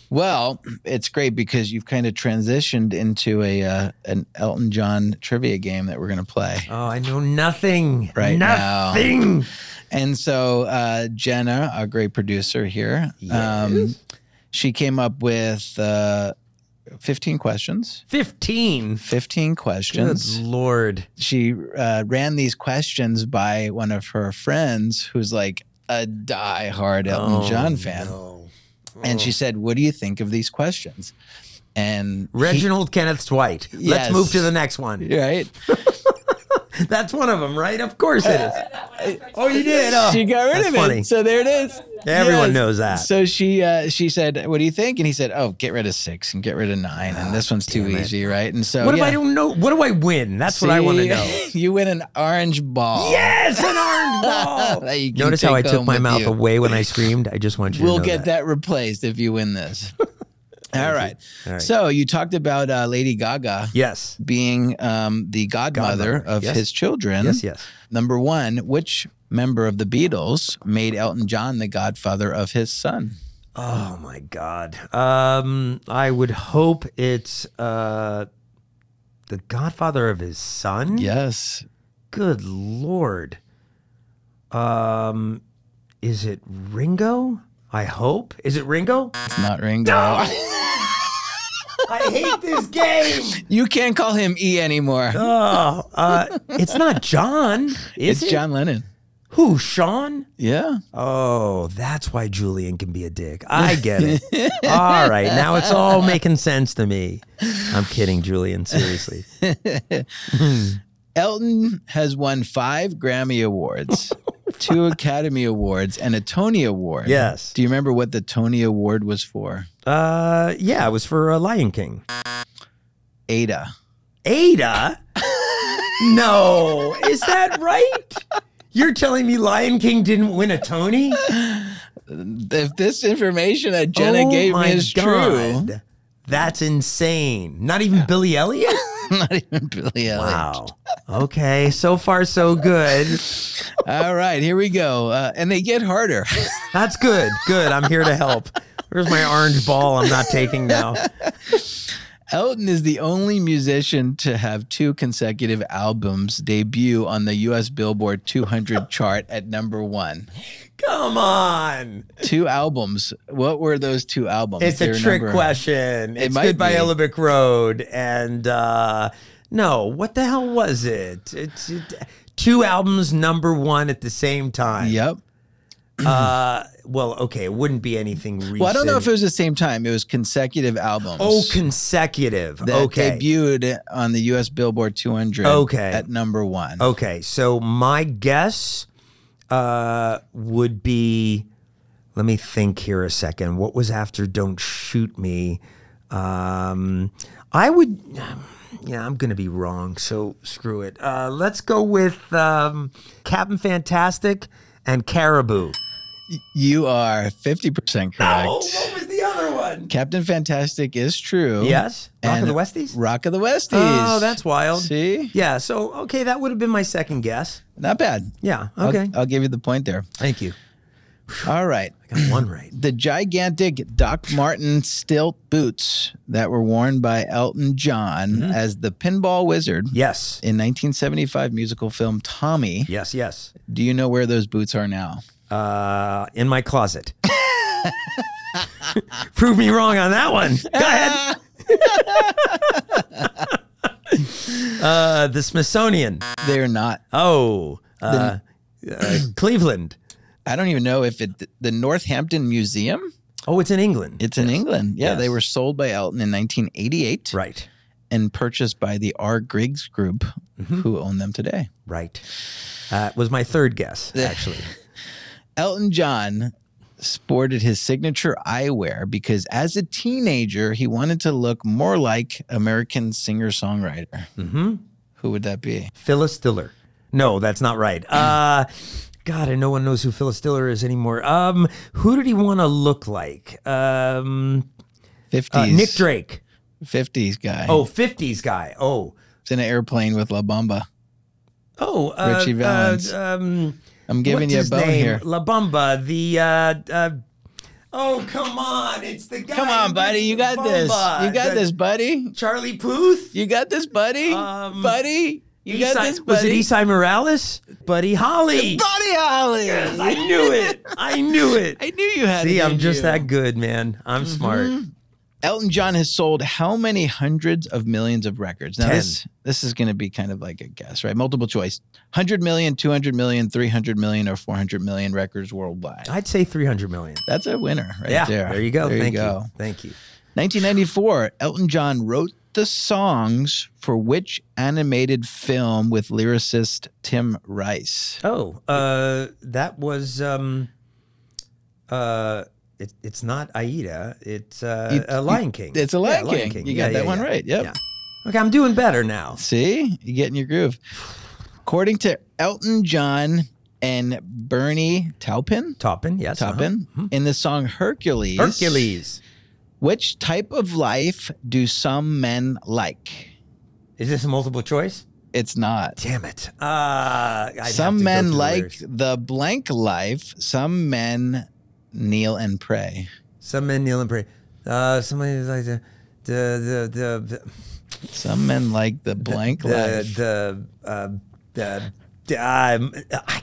Speaker 2: Well, it's great because you've kind of transitioned into a uh, an Elton John trivia game that we're going to play.
Speaker 1: Oh, I know nothing.
Speaker 2: Right now.
Speaker 1: nothing.
Speaker 2: And so uh, Jenna, our great producer here, um,
Speaker 1: Yes.
Speaker 2: she came up with uh, 15 questions.
Speaker 1: Fifteen.
Speaker 2: 15
Speaker 1: Good
Speaker 2: questions.
Speaker 1: lord.
Speaker 2: She uh, ran these questions by one of her friends who's like a diehard Elton
Speaker 1: Oh,
Speaker 2: John fan.
Speaker 1: no.
Speaker 2: And she said, What do you think of these questions? And he-
Speaker 1: Reginald Kenneth Dwight.
Speaker 2: Yes.
Speaker 1: Let's move to the next one.
Speaker 2: right?
Speaker 1: That's one of them, right? Of course it is. Oh, you did. Oh,
Speaker 2: she got rid
Speaker 1: that's
Speaker 2: of
Speaker 1: funny.
Speaker 2: it. So there it is.
Speaker 1: Everyone
Speaker 2: Yes.
Speaker 1: knows that.
Speaker 2: So she uh, she said, "What do you think?" And he said, "Oh, get rid of six and get rid of nine, and this one's too
Speaker 1: Oh, damn it.
Speaker 2: easy, right?" And so
Speaker 1: what if
Speaker 2: yeah.
Speaker 1: I don't know? What do I win? That's what I want to
Speaker 2: See?
Speaker 1: know.
Speaker 2: you win an orange ball.
Speaker 1: Yes, an orange ball.
Speaker 2: That you can
Speaker 1: Notice how I
Speaker 2: take
Speaker 1: took
Speaker 2: home
Speaker 1: my
Speaker 2: with
Speaker 1: mouth
Speaker 2: you.
Speaker 1: away when I screamed. I just want you
Speaker 2: We'll
Speaker 1: to know
Speaker 2: get that. replaced if you win this. All right.
Speaker 1: All right.
Speaker 2: So you talked about uh, Lady Gaga
Speaker 1: Yes.
Speaker 2: being um, the godmother,
Speaker 1: Godmother,
Speaker 2: of
Speaker 1: yes.
Speaker 2: his children.
Speaker 1: Yes. Yes.
Speaker 2: Number one, which member of the Beatles made Elton John the godfather of his son?
Speaker 1: Oh my God. Um, I would hope it's uh, the godfather of his son.
Speaker 2: Yes.
Speaker 1: Good Lord. Um, is it Ringo? I hope. Is it Ringo?
Speaker 2: It's not Ringo.
Speaker 1: I hate this game.
Speaker 2: You can't call him E anymore.
Speaker 1: Oh, uh, it's not John. Is
Speaker 2: it's
Speaker 1: it?
Speaker 2: John Lennon.
Speaker 1: Who? Sean?
Speaker 2: Yeah.
Speaker 1: Oh, that's why Julian can be a dick. I get it. all right, now it's all making sense to me. I'm kidding, Julian. Seriously.
Speaker 2: Elton has won five Grammy Awards,
Speaker 1: Oh,
Speaker 2: two Academy Awards, and a Tony Award.
Speaker 1: Yes.
Speaker 2: Do you remember what the Tony Award was for?
Speaker 1: Uh, yeah, it was for uh, Lion King.
Speaker 2: Ada.
Speaker 1: Ada? no, is that right? You're telling me Lion King didn't win a Tony?
Speaker 2: If this information that Jenna
Speaker 1: oh
Speaker 2: gave
Speaker 1: my
Speaker 2: me is
Speaker 1: God.
Speaker 2: true,
Speaker 1: That's insane. Not even Billy Elliot?
Speaker 2: not even Billy Elliot.
Speaker 1: Wow. Okay, so far so good.
Speaker 2: All right, here we go. Uh, and they get harder.
Speaker 1: That's good. Good. I'm here to help. Where's my orange ball I'm not taking now?
Speaker 2: Elton is the only musician to have two consecutive albums debut on the U.S. Billboard 200 chart at number one.
Speaker 1: Come on.
Speaker 2: Two albums. What were those two albums?
Speaker 1: It's
Speaker 2: Do you
Speaker 1: a trick
Speaker 2: remember?
Speaker 1: question. It's
Speaker 2: might
Speaker 1: Goodbye
Speaker 2: be.
Speaker 1: Ellibic Road and uh no, what the hell was it? It's it, two albums number 1 at the same time.
Speaker 2: Yep.
Speaker 1: Uh well, okay, it wouldn't be anything recent.
Speaker 2: Well, I don't know if it was the same time. It was consecutive albums.
Speaker 1: Oh, consecutive.
Speaker 2: that
Speaker 1: okay.
Speaker 2: debuted on the U.S. Billboard 200.
Speaker 1: Okay. Oh.
Speaker 2: At number one.
Speaker 1: Okay, so my guess uh, would be let me think here a second. What was after Don't Shoot Me? Um, I would, yeah, I'm going to be wrong, so screw it. Uh, let's go with um, Captain Fantastic and Caribou.
Speaker 2: You are 50% correct.
Speaker 1: Oh, was the other one?
Speaker 2: Captain Fantastic is true.
Speaker 1: Yes. Rock of
Speaker 2: And
Speaker 1: the Westies?
Speaker 2: Rock of the Westies.
Speaker 1: Oh, that's wild.
Speaker 2: See?
Speaker 1: Yeah, so, okay, that would have been my second guess.
Speaker 2: Not bad.
Speaker 1: Yeah,
Speaker 2: I'll-
Speaker 1: okay.
Speaker 2: I'll give you the point there.
Speaker 1: Thank you.
Speaker 2: All right.
Speaker 1: Got one right.
Speaker 2: The gigantic Doc Martin stilt boots that were worn by Elton John
Speaker 1: Mm-hmm.
Speaker 2: as the pinball wizard
Speaker 1: Yes.
Speaker 2: in 1975 musical film Tommy.
Speaker 1: Yes, yes.
Speaker 2: Do you know where those boots are now?
Speaker 1: Uh, in my closet. Prove me wrong on that one. Go ahead. uh, the Smithsonian.
Speaker 2: They're not.
Speaker 1: Oh, uh, uh, Cleveland.
Speaker 2: I don't even know if it the Northampton Museum.
Speaker 1: Oh, it's in England.
Speaker 2: It's in England. Yeah,
Speaker 1: Yes.
Speaker 2: they were sold by Elton in 1988
Speaker 1: right,
Speaker 2: and purchased by the R. Griggs Group, who own them today.
Speaker 1: Mm-hmm. right. Uh, was my third guess actually.
Speaker 2: Elton John sported his signature eyewear because as a teenager, he wanted to look more like American singer songwriter.
Speaker 1: hmm
Speaker 2: Who would that be?
Speaker 1: Phyllis Diller. No, that's not right. Uh, God, and no one knows who Phyllis Diller is anymore. Um, who did he want to look like? Um,
Speaker 2: 50s.
Speaker 1: uh, Nick Drake.
Speaker 2: 50s guy.
Speaker 1: Oh, 50s guy. Oh,
Speaker 2: It's in an airplane with La Bamba.
Speaker 1: oh, uh,
Speaker 2: Richie
Speaker 1: uh,
Speaker 2: Valens.
Speaker 1: um,
Speaker 2: I'm giving
Speaker 1: what's
Speaker 2: you a
Speaker 1: his
Speaker 2: bone
Speaker 1: name?
Speaker 2: here.
Speaker 1: La Bamba. The. Uh, uh, oh, come on! It's the guy.
Speaker 2: Come
Speaker 1: who
Speaker 2: on, buddy.
Speaker 1: did
Speaker 2: You
Speaker 1: La
Speaker 2: got this.
Speaker 1: Bamba.
Speaker 2: You got
Speaker 1: The-
Speaker 2: this, buddy.
Speaker 1: Charlie Puth.
Speaker 2: You got this, buddy.
Speaker 1: Um,
Speaker 2: buddy. You got
Speaker 1: Esai-
Speaker 2: this,
Speaker 1: was it
Speaker 2: buddy.
Speaker 1: Isai Morales? Buddy Holly.
Speaker 2: Buddy Holly.
Speaker 1: Yes, I knew it. I knew it.
Speaker 2: I knew you had it.
Speaker 1: See, I'm
Speaker 2: in
Speaker 1: just
Speaker 2: you. Mm-hmm.
Speaker 1: that good, man. I'm smart.
Speaker 2: Elton John has sold how many hundreds of millions of records? Now,
Speaker 1: Ten.
Speaker 2: this this is going to be kind of like a guess, right? Multiple choice 100 million, 200 million, 300 million, or 400 million records worldwide.
Speaker 1: I'd say 300 million.
Speaker 2: That's a winner right
Speaker 1: yeah,
Speaker 2: there.
Speaker 1: there. you go.
Speaker 2: There
Speaker 1: Thank you,
Speaker 2: go.
Speaker 1: Thank you.
Speaker 2: 1994, Elton John wrote the songs for which animated film with lyricist Tim Rice?
Speaker 1: Oh, uh, that was um, uh, it, it's not Aida. It's uh,
Speaker 2: You-
Speaker 1: uh, Lion King.
Speaker 2: It's a Lion, King. You got
Speaker 1: Yeah,
Speaker 2: that
Speaker 1: yeah,
Speaker 2: one
Speaker 1: yeah.
Speaker 2: right. Yep.
Speaker 1: Yeah. Okay, I'm doing better now.
Speaker 2: See, you get in your groove. According to Elton John and Bernie Taupin,
Speaker 1: Toppin, yes. uh-huh.
Speaker 2: Taupin,
Speaker 1: Mhm.
Speaker 2: in the song Hercules,
Speaker 1: Hercules.
Speaker 2: which type of life do some men like?
Speaker 1: Is this a multiple choice?
Speaker 2: It's not.
Speaker 1: Damn it. Uh, I'd have to
Speaker 2: some
Speaker 1: go
Speaker 2: men
Speaker 1: through the
Speaker 2: like
Speaker 1: lyrics.
Speaker 2: the blank life. Some men kneel and pray.
Speaker 1: some men kneel and pray. Uh, somebody like the the the the
Speaker 2: Some men like the blank life.
Speaker 1: the the uh, the, the um, I,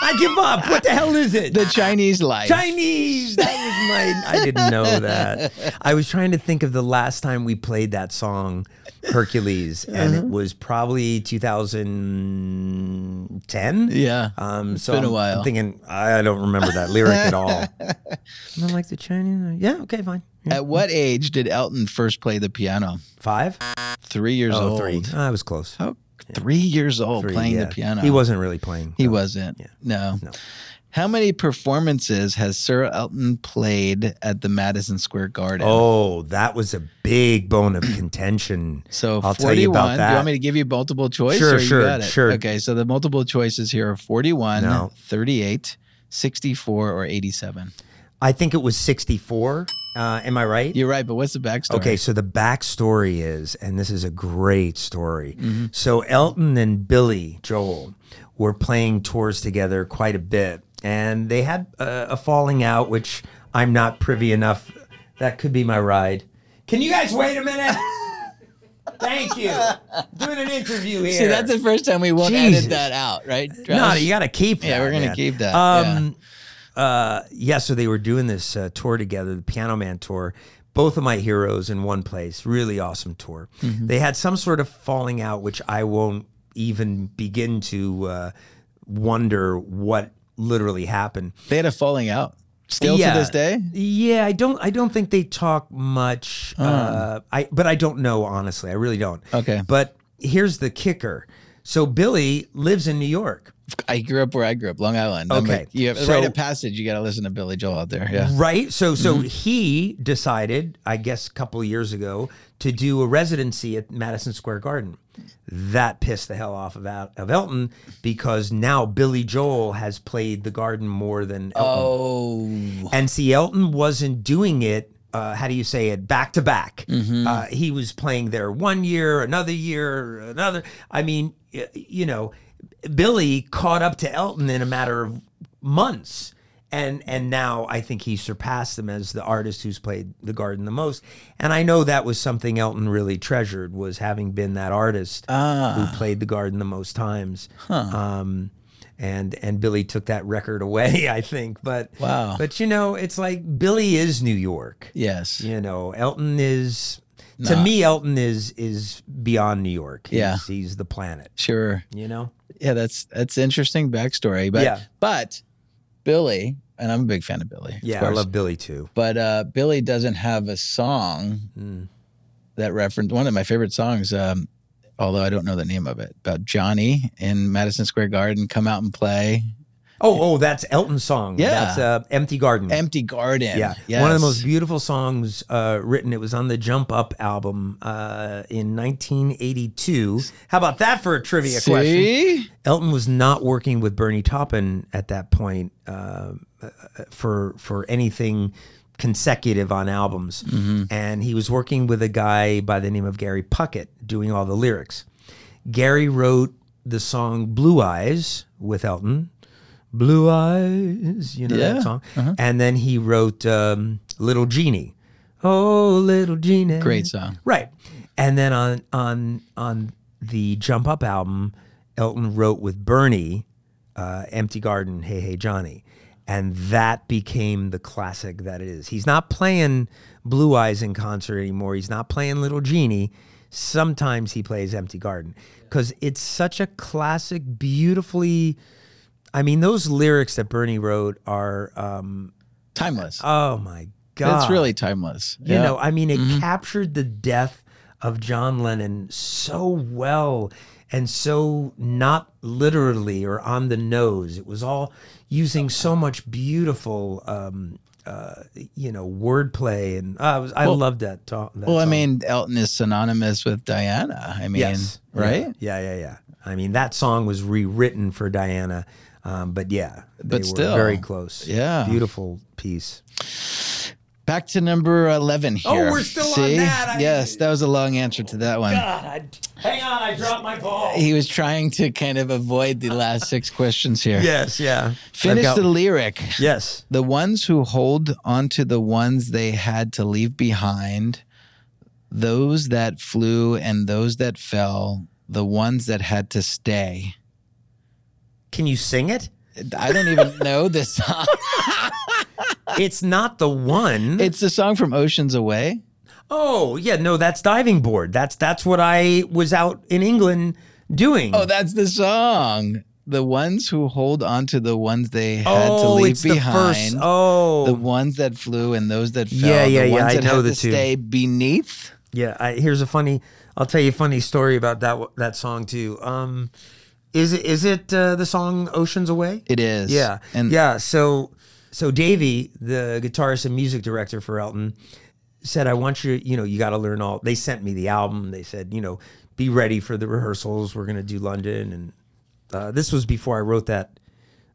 Speaker 1: I give up. What the hell is it?
Speaker 2: the Chinese life.
Speaker 1: Chinese. That was my. I didn't know that. I was trying to think of the last time we played that song, Hercules, and
Speaker 2: Uh-huh.
Speaker 1: it was probably 2010.
Speaker 2: Yeah.
Speaker 1: Um, so
Speaker 2: been a
Speaker 1: I'm,
Speaker 2: while.
Speaker 1: I'm thinking I don't remember that lyric at all. And I'm like the Chinese. uh, Yeah. Okay. Fine. Yeah.
Speaker 2: At what age did Elton first play the piano?
Speaker 1: Five.
Speaker 2: Three years
Speaker 1: Oh,
Speaker 2: old.
Speaker 1: three. I was close.
Speaker 2: Oh, three years old
Speaker 1: Three,
Speaker 2: playing
Speaker 1: yeah.
Speaker 2: the piano.
Speaker 1: He wasn't really playing.
Speaker 2: He
Speaker 1: no.
Speaker 2: wasn't.
Speaker 1: Yeah.
Speaker 2: No.
Speaker 1: No.
Speaker 2: How many performances has Sir Elton played at the Madison Square Garden?
Speaker 1: Oh, that was a big bone of contention.
Speaker 2: so
Speaker 1: I'll
Speaker 2: 41.
Speaker 1: tell you about
Speaker 2: Do you
Speaker 1: that.
Speaker 2: want me to give you multiple choice?
Speaker 1: Sure,
Speaker 2: or you
Speaker 1: sure,
Speaker 2: got it?
Speaker 1: sure.
Speaker 2: Okay, so the multiple choices here are 41,
Speaker 1: No.
Speaker 2: 38, 64, or 87.
Speaker 1: I think it was 64. Uh, am I right?
Speaker 2: You're right, but what's the backstory?
Speaker 1: Okay, so the backstory is, and this is a great story.
Speaker 2: Mm-hmm.
Speaker 1: So Elton and Billy Joel were playing tours together quite a bit, and they had uh, a falling out, which I'm not privy enough. That could be my ride. Can you guys wait a minute? Thank you. Doing an interview here.
Speaker 2: See, that's the first time we won't
Speaker 1: Jesus.
Speaker 2: edit that out, right?
Speaker 1: No,
Speaker 2: Josh?
Speaker 1: you got to keep that.
Speaker 2: Yeah, we're gonna
Speaker 1: man.
Speaker 2: keep that,
Speaker 1: Um, Uh, yeah, so they were doing this uh, tour together, the Piano Man tour. Both of my heroes in one place. Really awesome tour.
Speaker 2: Mm-hmm.
Speaker 1: They had some sort of falling out, which I won't even begin to uh, wonder what literally happened.
Speaker 2: They had a falling out. Still
Speaker 1: Yeah.
Speaker 2: to this day?
Speaker 1: Yeah, I don't. I don't think they talk much. Uh, I but I don't know honestly. I really don't.
Speaker 2: Okay.
Speaker 1: But here's the kicker. So Billy lives in New York.
Speaker 2: I grew up where I grew up, Long Island. I'm
Speaker 1: Okay.
Speaker 2: like, you have
Speaker 1: So-
Speaker 2: rite of passage. You got to listen to Billy Joel out there. Yeah.
Speaker 1: Right. So so he decided, I guess a couple of years ago, to do a residency at Madison Square Garden. That pissed the hell off of, Al- of Elton because now Billy Joel has played the garden more than Elton.
Speaker 2: Oh,
Speaker 1: And see, Elton wasn't doing it. Uh, how do you say it? Back to back. Uh, he was playing there one year, another year, another. I mean, y- you know, Billy caught up to Elton in a matter of months, and and now I think he surpassed him as the artist who's played the Garden the most. And I know that was something Elton really treasured was having been that artist
Speaker 2: Ah.
Speaker 1: who played the Garden the most times. Um, and and Billy took that record away, I think. But
Speaker 2: Wow.
Speaker 1: but you know, it's like Billy is New York.
Speaker 2: yes.
Speaker 1: You know, Elton is to me. Elton is is beyond New York. He's,
Speaker 2: Yeah.
Speaker 1: he's the planet.
Speaker 2: Sure.
Speaker 1: You know,
Speaker 2: Yeah, that's that's interesting backstory. But
Speaker 1: Yeah.
Speaker 2: but Billy, and I'm a big fan of Billy. of
Speaker 1: yeah, I
Speaker 2: course.
Speaker 1: love Billy too.
Speaker 2: but uh, Billy doesn't have a song
Speaker 1: Mm.
Speaker 2: that reference one of my favorite songs. Um, although I don't know the name of it, about Johnny in Madison Square Garden, come out and play.
Speaker 1: Oh, oh, that's Elton's song.
Speaker 2: Yeah.
Speaker 1: that's uh, Empty Garden.
Speaker 2: Empty Garden.
Speaker 1: yeah,
Speaker 2: Yes.
Speaker 1: one of the most beautiful songs uh, written. It was on the Jump Up album uh, in 1982. How about that for a trivia question?
Speaker 2: See?
Speaker 1: Elton was not working with Bernie Taupin at that point uh, uh, for for anything consecutive on albums,
Speaker 2: Mm-hmm.
Speaker 1: and he was working with a guy by the name of Gary Puckett doing all the lyrics. Gary wrote the song "Blue Eyes" with Elton. Blue Eyes, you know
Speaker 2: Yeah, uh-huh.
Speaker 1: that song, and then he wrote um, "Little Genie." Oh, little genie,
Speaker 2: Great song.
Speaker 1: Right. And then on on on the Jump Up album, Elton wrote with Bernie, uh, Empty Garden, Hey Hey Johnny. And that became the classic that it is. He's not playing Blue Eyes in concert anymore. He's not playing Little Genie. Sometimes he plays Empty Garden because it's such a classic, beautifully. I mean, those lyrics that Bernie wrote are, um,
Speaker 2: Timeless.
Speaker 1: oh my God.
Speaker 2: it's really timeless.
Speaker 1: You
Speaker 2: Yeah. Mm-hmm.
Speaker 1: know, I mean, it captured the death of John Lennon so well and so not literally or on the nose. It was all using so much beautiful, um, uh, you know, wordplay, and uh, I was I loved that talk. That
Speaker 2: Well, I
Speaker 1: song.
Speaker 2: mean, Elton is synonymous with Diana. I mean,
Speaker 1: yes,
Speaker 2: right?
Speaker 1: Yeah, yeah, yeah. yeah. I mean, that song was rewritten for Diana, um, but yeah, they
Speaker 2: But
Speaker 1: were
Speaker 2: still,
Speaker 1: very close.
Speaker 2: yeah.
Speaker 1: beautiful piece.
Speaker 2: Back to number 11
Speaker 1: Oh,
Speaker 2: here.
Speaker 1: we're still on
Speaker 2: See?
Speaker 1: that. I-
Speaker 2: yes, that was a long answer to that one.
Speaker 1: God, I, hang on, I dropped my ball.
Speaker 2: He was trying to kind of avoid the last six questions here.
Speaker 1: Yes, yeah.
Speaker 2: Finish
Speaker 1: I've got-
Speaker 2: the lyric.
Speaker 1: Yes.
Speaker 2: The ones who hold onto the ones they had to leave behind, those that flew and those that fell, the ones that had to stay.
Speaker 1: Can you sing it?
Speaker 2: I don't even know this song.
Speaker 1: It's not the one.
Speaker 2: It's the song from Oceans Away.
Speaker 1: oh, yeah, no, that's diving board. That's that's what I was out in England doing.
Speaker 2: Oh, that's the song. The ones who hold onto the ones they had
Speaker 1: Oh,
Speaker 2: to leave
Speaker 1: it's
Speaker 2: behind.
Speaker 1: the first. Oh,
Speaker 2: The ones that flew and those that fell.
Speaker 1: Yeah, yeah,
Speaker 2: the
Speaker 1: yeah,
Speaker 2: ones
Speaker 1: I
Speaker 2: that
Speaker 1: know
Speaker 2: had
Speaker 1: the
Speaker 2: to
Speaker 1: tune.
Speaker 2: stay beneath.
Speaker 1: yeah. I, here's a funny. I'll tell you a funny story about that w- that song too. Um, is it is it uh, the song Oceans Away?
Speaker 2: It is.
Speaker 1: Yeah.
Speaker 2: And
Speaker 1: yeah. So so Davey, the guitarist and music director for Elton, said, I want you, you know, you gotta learn all they sent me the album. They said, you know, be ready for the rehearsals. We're gonna do London and uh, this was before I wrote that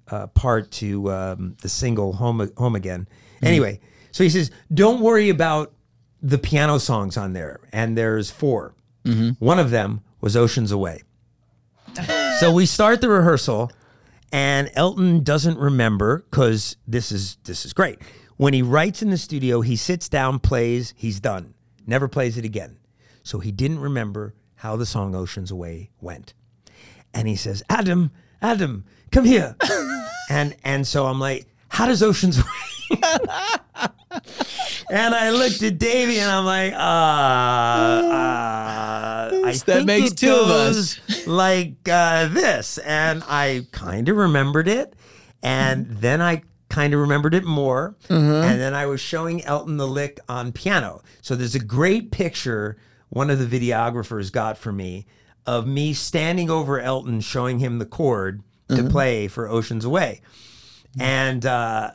Speaker 1: uh, part to um, the single "Home Home Again." Anyway, so he says, "Don't worry about the piano songs on there." And there's 4 One of them was "Oceans Away." so we start the rehearsal, and Elton doesn't remember because this is this is great. When he writes in the studio, he sits down, plays, he's done. Never plays it again. So he didn't remember how the song "Oceans Away" went and he says, "Adam, Adam, come here." and and so I'm like, "How does Ocean's?" Ring?" and I looked at Davey and I'm like, "Ah, uh, I
Speaker 2: That
Speaker 1: think
Speaker 2: makes
Speaker 1: it
Speaker 2: two of us.
Speaker 1: goes like uh, this," and I kind of remembered it, and then I. Kind of remembered it more.
Speaker 2: Mm-hmm.
Speaker 1: And then I was showing Elton the lick on piano. So there's a great picture one of the videographers got for me of me standing over Elton, showing him the chord
Speaker 2: Mm-hmm.
Speaker 1: to play for Oceans Away. And, uh,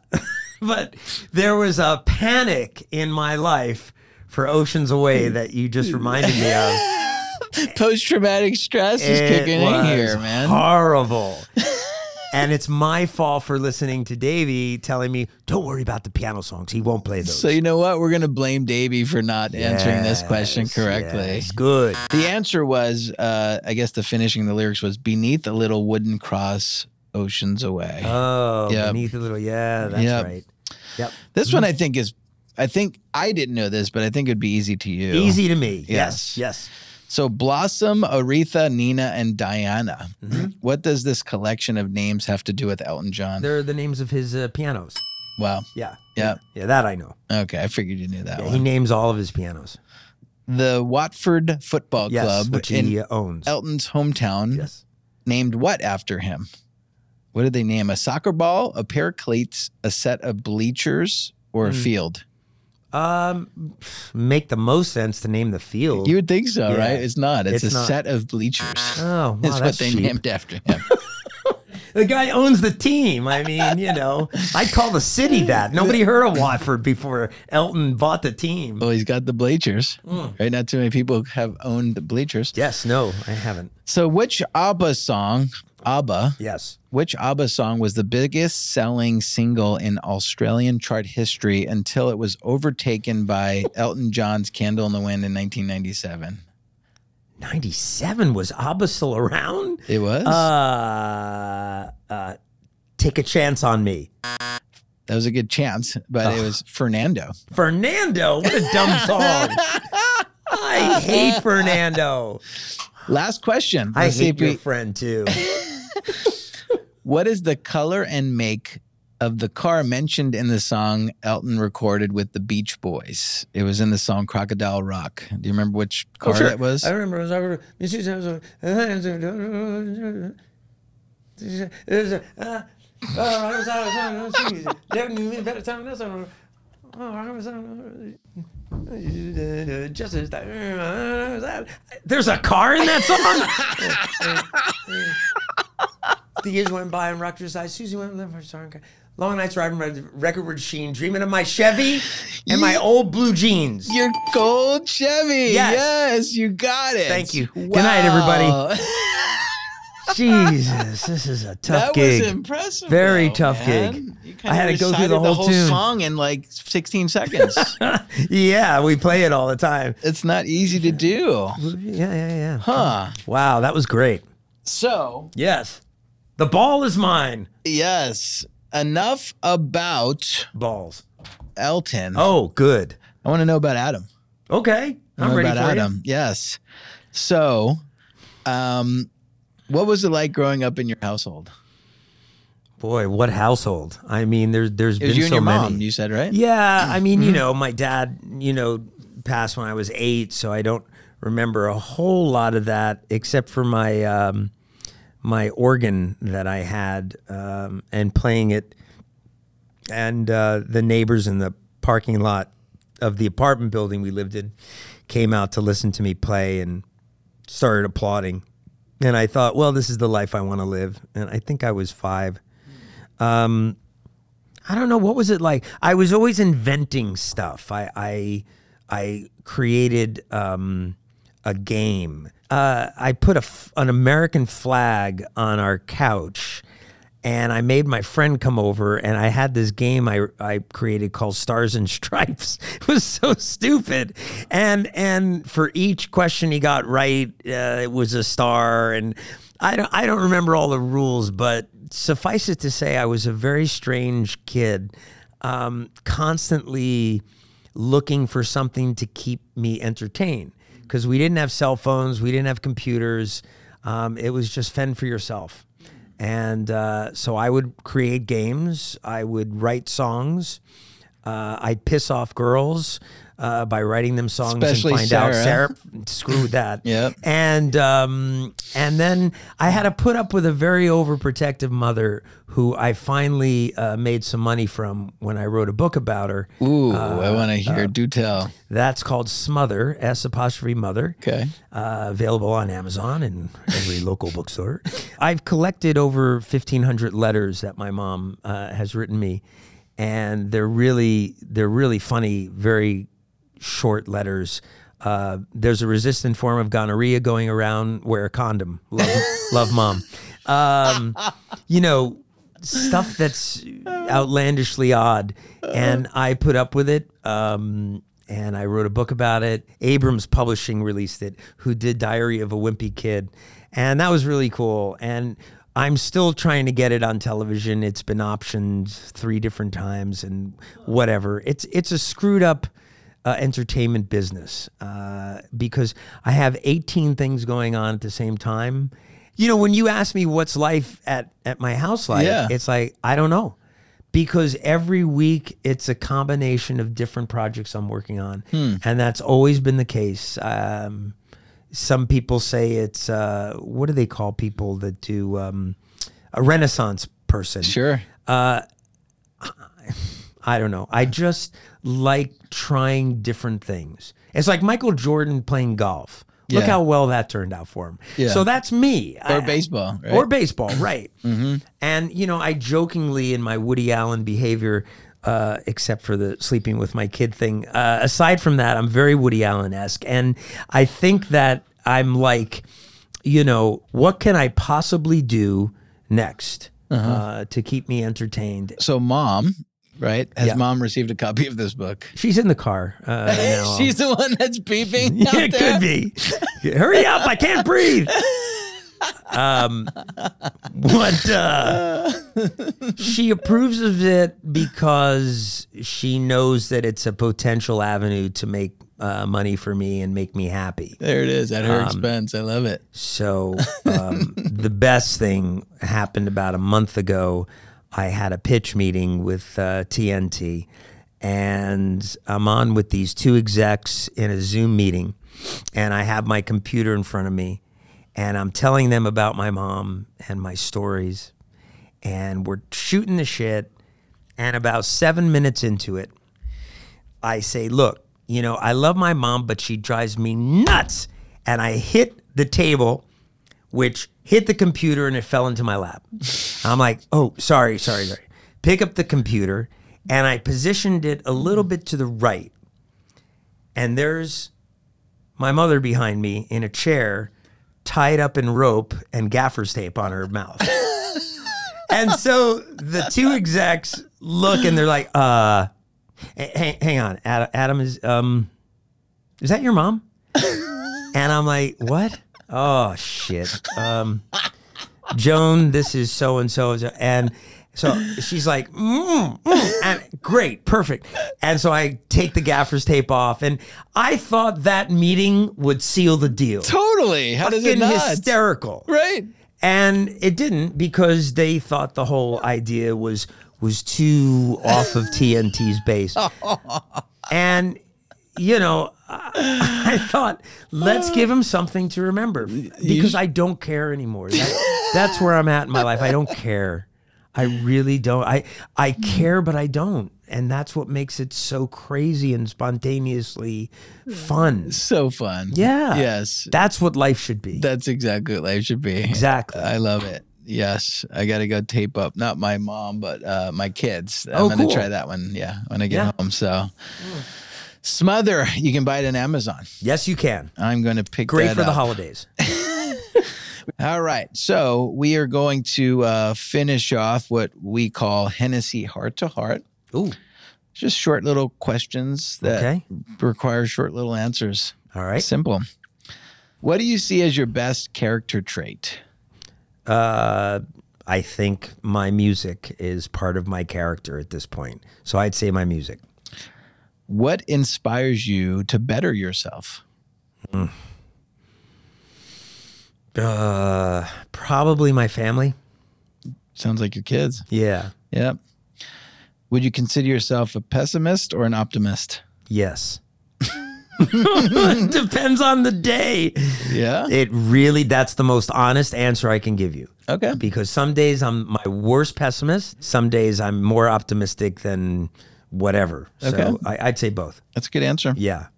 Speaker 1: but there was a panic in my life for Oceans
Speaker 2: Hmm.
Speaker 1: Away that you just reminded me of.
Speaker 2: Post traumatic stress is
Speaker 1: It
Speaker 2: kicking in
Speaker 1: was
Speaker 2: here, man.
Speaker 1: Horrible. and it's my fault for listening to Davey telling me, don't worry about the piano songs. He won't play those.
Speaker 2: So you know what? We're gonna blame Davey for not answering this question
Speaker 1: Yes,
Speaker 2: correctly.
Speaker 1: yes, good.
Speaker 2: The answer was, uh, I guess the finishing of the lyrics was beneath a little wooden cross, oceans away.
Speaker 1: Oh,
Speaker 2: Yep.
Speaker 1: beneath a little. Yeah, that's
Speaker 2: Yep.
Speaker 1: right. Yep.
Speaker 2: this
Speaker 1: mm-hmm.
Speaker 2: one I think is, I think I didn't know this, but I think it'd be easy to you.
Speaker 1: Easy to me. Yes.
Speaker 2: Yes.
Speaker 1: Yes.
Speaker 2: So Blossom, Aretha, Nina, and Diana.
Speaker 1: Mm-hmm.
Speaker 2: What does this collection of names have to do with Elton John?
Speaker 1: They're the names of his uh, pianos.
Speaker 2: wow.
Speaker 1: Yeah.
Speaker 2: Yeah.
Speaker 1: Yeah, that I know.
Speaker 2: Okay, I figured you knew that
Speaker 1: Yeah, he
Speaker 2: one.
Speaker 1: names all of his pianos.
Speaker 2: The Watford Football
Speaker 1: Yes,
Speaker 2: Club
Speaker 1: which
Speaker 2: in
Speaker 1: he uh, owns.
Speaker 2: Elton's hometown
Speaker 1: yes.
Speaker 2: named what after him? What did they name? A soccer ball, a pair of cleats, a set of bleachers, or a
Speaker 1: Hmm.
Speaker 2: field?
Speaker 1: Um, make the most sense to name the field.
Speaker 2: You would think so,
Speaker 1: Yeah.
Speaker 2: right? It's not. It's,
Speaker 1: It's
Speaker 2: a
Speaker 1: not.
Speaker 2: set of bleachers.
Speaker 1: oh, wow,
Speaker 2: That's
Speaker 1: that's
Speaker 2: what they
Speaker 1: cheap.
Speaker 2: named after him.
Speaker 1: The guy owns the team. I mean, you know, I'd call the city that. Nobody heard of Watford before Elton bought the team. Hmm.
Speaker 2: well, he's got the bleachers. Right? Not too many people have owned the bleachers.
Speaker 1: Yes, no, I haven't.
Speaker 2: So, which ABBA song, ABBA,
Speaker 1: Yes.
Speaker 2: which ABBA song was the biggest selling single in Australian chart history until it was overtaken by Elton John's Candle in the Wind in 1997?
Speaker 1: 97 was ABBA still around?
Speaker 2: It was?
Speaker 1: Uh, uh, take a chance on me.
Speaker 2: that was a good chance, but it was Fernando.
Speaker 1: Fernando, what a dumb song. Oh. I hate Fernando.
Speaker 2: Last question.
Speaker 1: I
Speaker 2: Let's see
Speaker 1: hate
Speaker 2: if
Speaker 1: your
Speaker 2: we-
Speaker 1: friend too.
Speaker 2: what is the color and make of the car mentioned in the song Elton recorded with the Beach Boys? It was in the song Crocodile Rock. Do you remember which car
Speaker 1: Oh, sure.
Speaker 2: that was?
Speaker 1: I remember it was over. This is- this is- uh, Oh, There's a car in that song. the years went by and rocked your side. Susie went with her song. Long nights riding around the record machine, dreaming of my Chevy and my old blue jeans.
Speaker 2: Your gold Chevy. Yes.
Speaker 1: Yes.
Speaker 2: you got it.
Speaker 1: Thank you. Good night, everybody.
Speaker 2: Wow.
Speaker 1: Jesus, this is a tough
Speaker 2: that
Speaker 1: gig.
Speaker 2: was impressive.
Speaker 1: Very
Speaker 2: though,
Speaker 1: tough
Speaker 2: man.
Speaker 1: gig.
Speaker 2: You
Speaker 1: I had
Speaker 2: kinda
Speaker 1: to go through
Speaker 2: recited
Speaker 1: the whole tune.
Speaker 2: song in like 16 seconds.
Speaker 1: yeah, we play it all the time.
Speaker 2: it's not easy to do.
Speaker 1: Yeah, yeah, yeah.
Speaker 2: Huh.
Speaker 1: Wow, that was great.
Speaker 2: So,
Speaker 1: Yes. The ball is mine.
Speaker 2: yes, enough about
Speaker 1: Balls.
Speaker 2: Elton.
Speaker 1: Oh, good.
Speaker 2: I want to know about Adam.
Speaker 1: Okay.
Speaker 2: I wanna
Speaker 1: I'm
Speaker 2: know
Speaker 1: ready for
Speaker 2: about Adam. Yes. So, um, what was it like growing up in your household?
Speaker 1: you. Boy, what household. I mean, there's there's
Speaker 2: It was
Speaker 1: been
Speaker 2: you and
Speaker 1: so
Speaker 2: your
Speaker 1: many.
Speaker 2: mom, you said, right?
Speaker 1: Yeah, I mean, you know, my dad, you know, passed when I was eight, so I don't remember a whole lot of that except for my um, my organ that I had um, and playing it, and uh, the neighbors in the parking lot of the apartment building we lived in came out to listen to me play and started applauding, and I thought, well, this is the life I want to live, and I think I was five. I don't know what was it like. I was always inventing stuff. I I I created um, a game. Uh, I put a f- an American flag on our couch, and I made my friend come over. And I had this game I I created called Stars and Stripes. it was so stupid. And and for each question he got right, uh, it was a star. And I don't I don't remember all the rules, but suffice it to say, I was a very strange kid, um, constantly looking for something to keep me entertained because we didn't have cell phones, we didn't have computers. Um, it was just fend for yourself. And uh, so I would create games, I would write songs, uh, I'd piss off girls. uh, by writing them songs
Speaker 2: Especially
Speaker 1: and find out
Speaker 2: Sarah.
Speaker 1: Sarah screw that.
Speaker 2: Yep.
Speaker 1: And um, and then I had to put up with a very overprotective mother who I finally uh, made some money from when I wrote a book about her.
Speaker 2: Ooh,
Speaker 1: Uh,
Speaker 2: I want to hear. do tell.
Speaker 1: That's called Smother, S apostrophe mother.
Speaker 2: Okay.
Speaker 1: Uh, available on Amazon and every local bookstore. I've collected over 1,500 letters that my mom uh, has written me, and they're really they're really funny, very short letters. Uh, there's a resistant form of gonorrhea going around. Wear a condom. Love, love mom. Um, you know, stuff that's outlandishly odd, and I put up with it. Um, and I wrote a book about it. Abrams Publishing released it, who did Diary of a Wimpy Kid, and that was really cool. And I'm still trying to get it on television. It's been optioned three different times, and whatever. It's it's a screwed up uh, entertainment business uh, because I have 18 things going on at the same time. You know, when you ask me what's life at, at my house like,
Speaker 2: Yeah.
Speaker 1: it's like, I don't know. Because every week it's a combination of different projects I'm working on.
Speaker 2: Hmm.
Speaker 1: And that's always been the case. Um, some people say it's, uh, what do they call people that do um, a renaissance person?
Speaker 2: Sure.
Speaker 1: I don't know. I just like trying different things. It's like Michael Jordan playing golf. Look
Speaker 2: Yeah.
Speaker 1: how well that turned out for him.
Speaker 2: Yeah.
Speaker 1: So that's me.
Speaker 2: Or
Speaker 1: I-
Speaker 2: baseball. Right? Mm-hmm.
Speaker 1: Or baseball, right. And, you know, I jokingly, in my Woody Allen behavior, uh, except for the sleeping with my kid thing, uh, aside from that, I'm very Woody Allen esque. And I think that I'm like, you know, what can I possibly do next
Speaker 2: Uh-huh.
Speaker 1: uh, to keep me entertained
Speaker 2: so mom, right? Has
Speaker 1: Yeah.
Speaker 2: mom received a copy of this book?
Speaker 1: She's in the car. Uh, now.
Speaker 2: She's the one that's beeping.
Speaker 1: yeah,
Speaker 2: out
Speaker 1: it
Speaker 2: there.
Speaker 1: could be. Hurry up! I can't breathe. Um, what? Uh, she approves of it because she knows that it's a potential avenue to make uh, money for me and make me happy.
Speaker 2: There it is at
Speaker 1: Um,
Speaker 2: her expense. I love it.
Speaker 1: So um, the best thing happened about a month ago. I had a pitch meeting with uh, TNT, and I'm on with these two execs in a Zoom meeting, and I have my computer in front of me, and I'm telling them about my mom and my stories, and we're shooting the shit. And about seven minutes into it, I say, look, you know, I love my mom, but she drives me nuts. And I hit the table, which hit the computer and it fell into my lap. I'm like, oh, sorry, sorry, sorry. Pick up the computer and I positioned it a little bit to the right. And there's my mother behind me in a chair, tied up in rope and gaffer's tape on her mouth. and so the two execs look and they're like, uh, hang, hang on, Adam, Adam is um, is that your mom? and I'm like, what? Oh shit. Um, Joan, this is so and so, and so she's like, mm, mm, and great, perfect. And so I take the gaffer's tape off, and I thought that meeting would seal the deal.
Speaker 2: Totally. How does it
Speaker 1: Fucking
Speaker 2: not?
Speaker 1: hysterical.
Speaker 2: right.
Speaker 1: And it didn't because they thought the whole idea was was too off of TNT's base. and you know, I, I thought let's give him something to remember because I don't care anymore. That- that's where I'm at in my life. I don't care. I really don't. I I care, but I don't. And that's what makes it so crazy and spontaneously fun.
Speaker 2: So fun.
Speaker 1: Yeah.
Speaker 2: Yes.
Speaker 1: That's what life should be.
Speaker 2: That's exactly what life should be.
Speaker 1: Exactly.
Speaker 2: I love it. Yes. I got to go tape up, not my mom, but uh, my kids. I'm
Speaker 1: Oh,
Speaker 2: going to
Speaker 1: cool.
Speaker 2: try that one. Yeah. When I get
Speaker 1: Yeah. Mm.
Speaker 2: home. So, Smother, you can buy it on Amazon.
Speaker 1: Yes, you can. uh,
Speaker 2: I'm going to pick
Speaker 1: Great
Speaker 2: that
Speaker 1: for the
Speaker 2: up.
Speaker 1: holidays.
Speaker 2: All right. So, we are going to uh, finish off what we call Hennessy Heart to Heart.
Speaker 1: Ooh.
Speaker 2: Just short little questions that
Speaker 1: Okay.
Speaker 2: require short little answers.
Speaker 1: All right.
Speaker 2: Simple. What do you see as your best character trait?
Speaker 1: Uh, I think my music is part of my character at this point. So I'd say my music.
Speaker 2: What inspires you to better yourself?
Speaker 1: Uh, probably my family.
Speaker 2: Sounds like your kids.
Speaker 1: Yeah.
Speaker 2: Yep. Would you consider yourself a pessimist or an optimist?
Speaker 1: Yes. Depends on the day.
Speaker 2: Yeah.
Speaker 1: It really, that's the most honest answer I can give you.
Speaker 2: Okay.
Speaker 1: Because some days I'm my worst pessimist, some days I'm more optimistic than whatever.
Speaker 2: Okay.
Speaker 1: So I, I'd say both.
Speaker 2: That's a good answer.
Speaker 1: Yeah.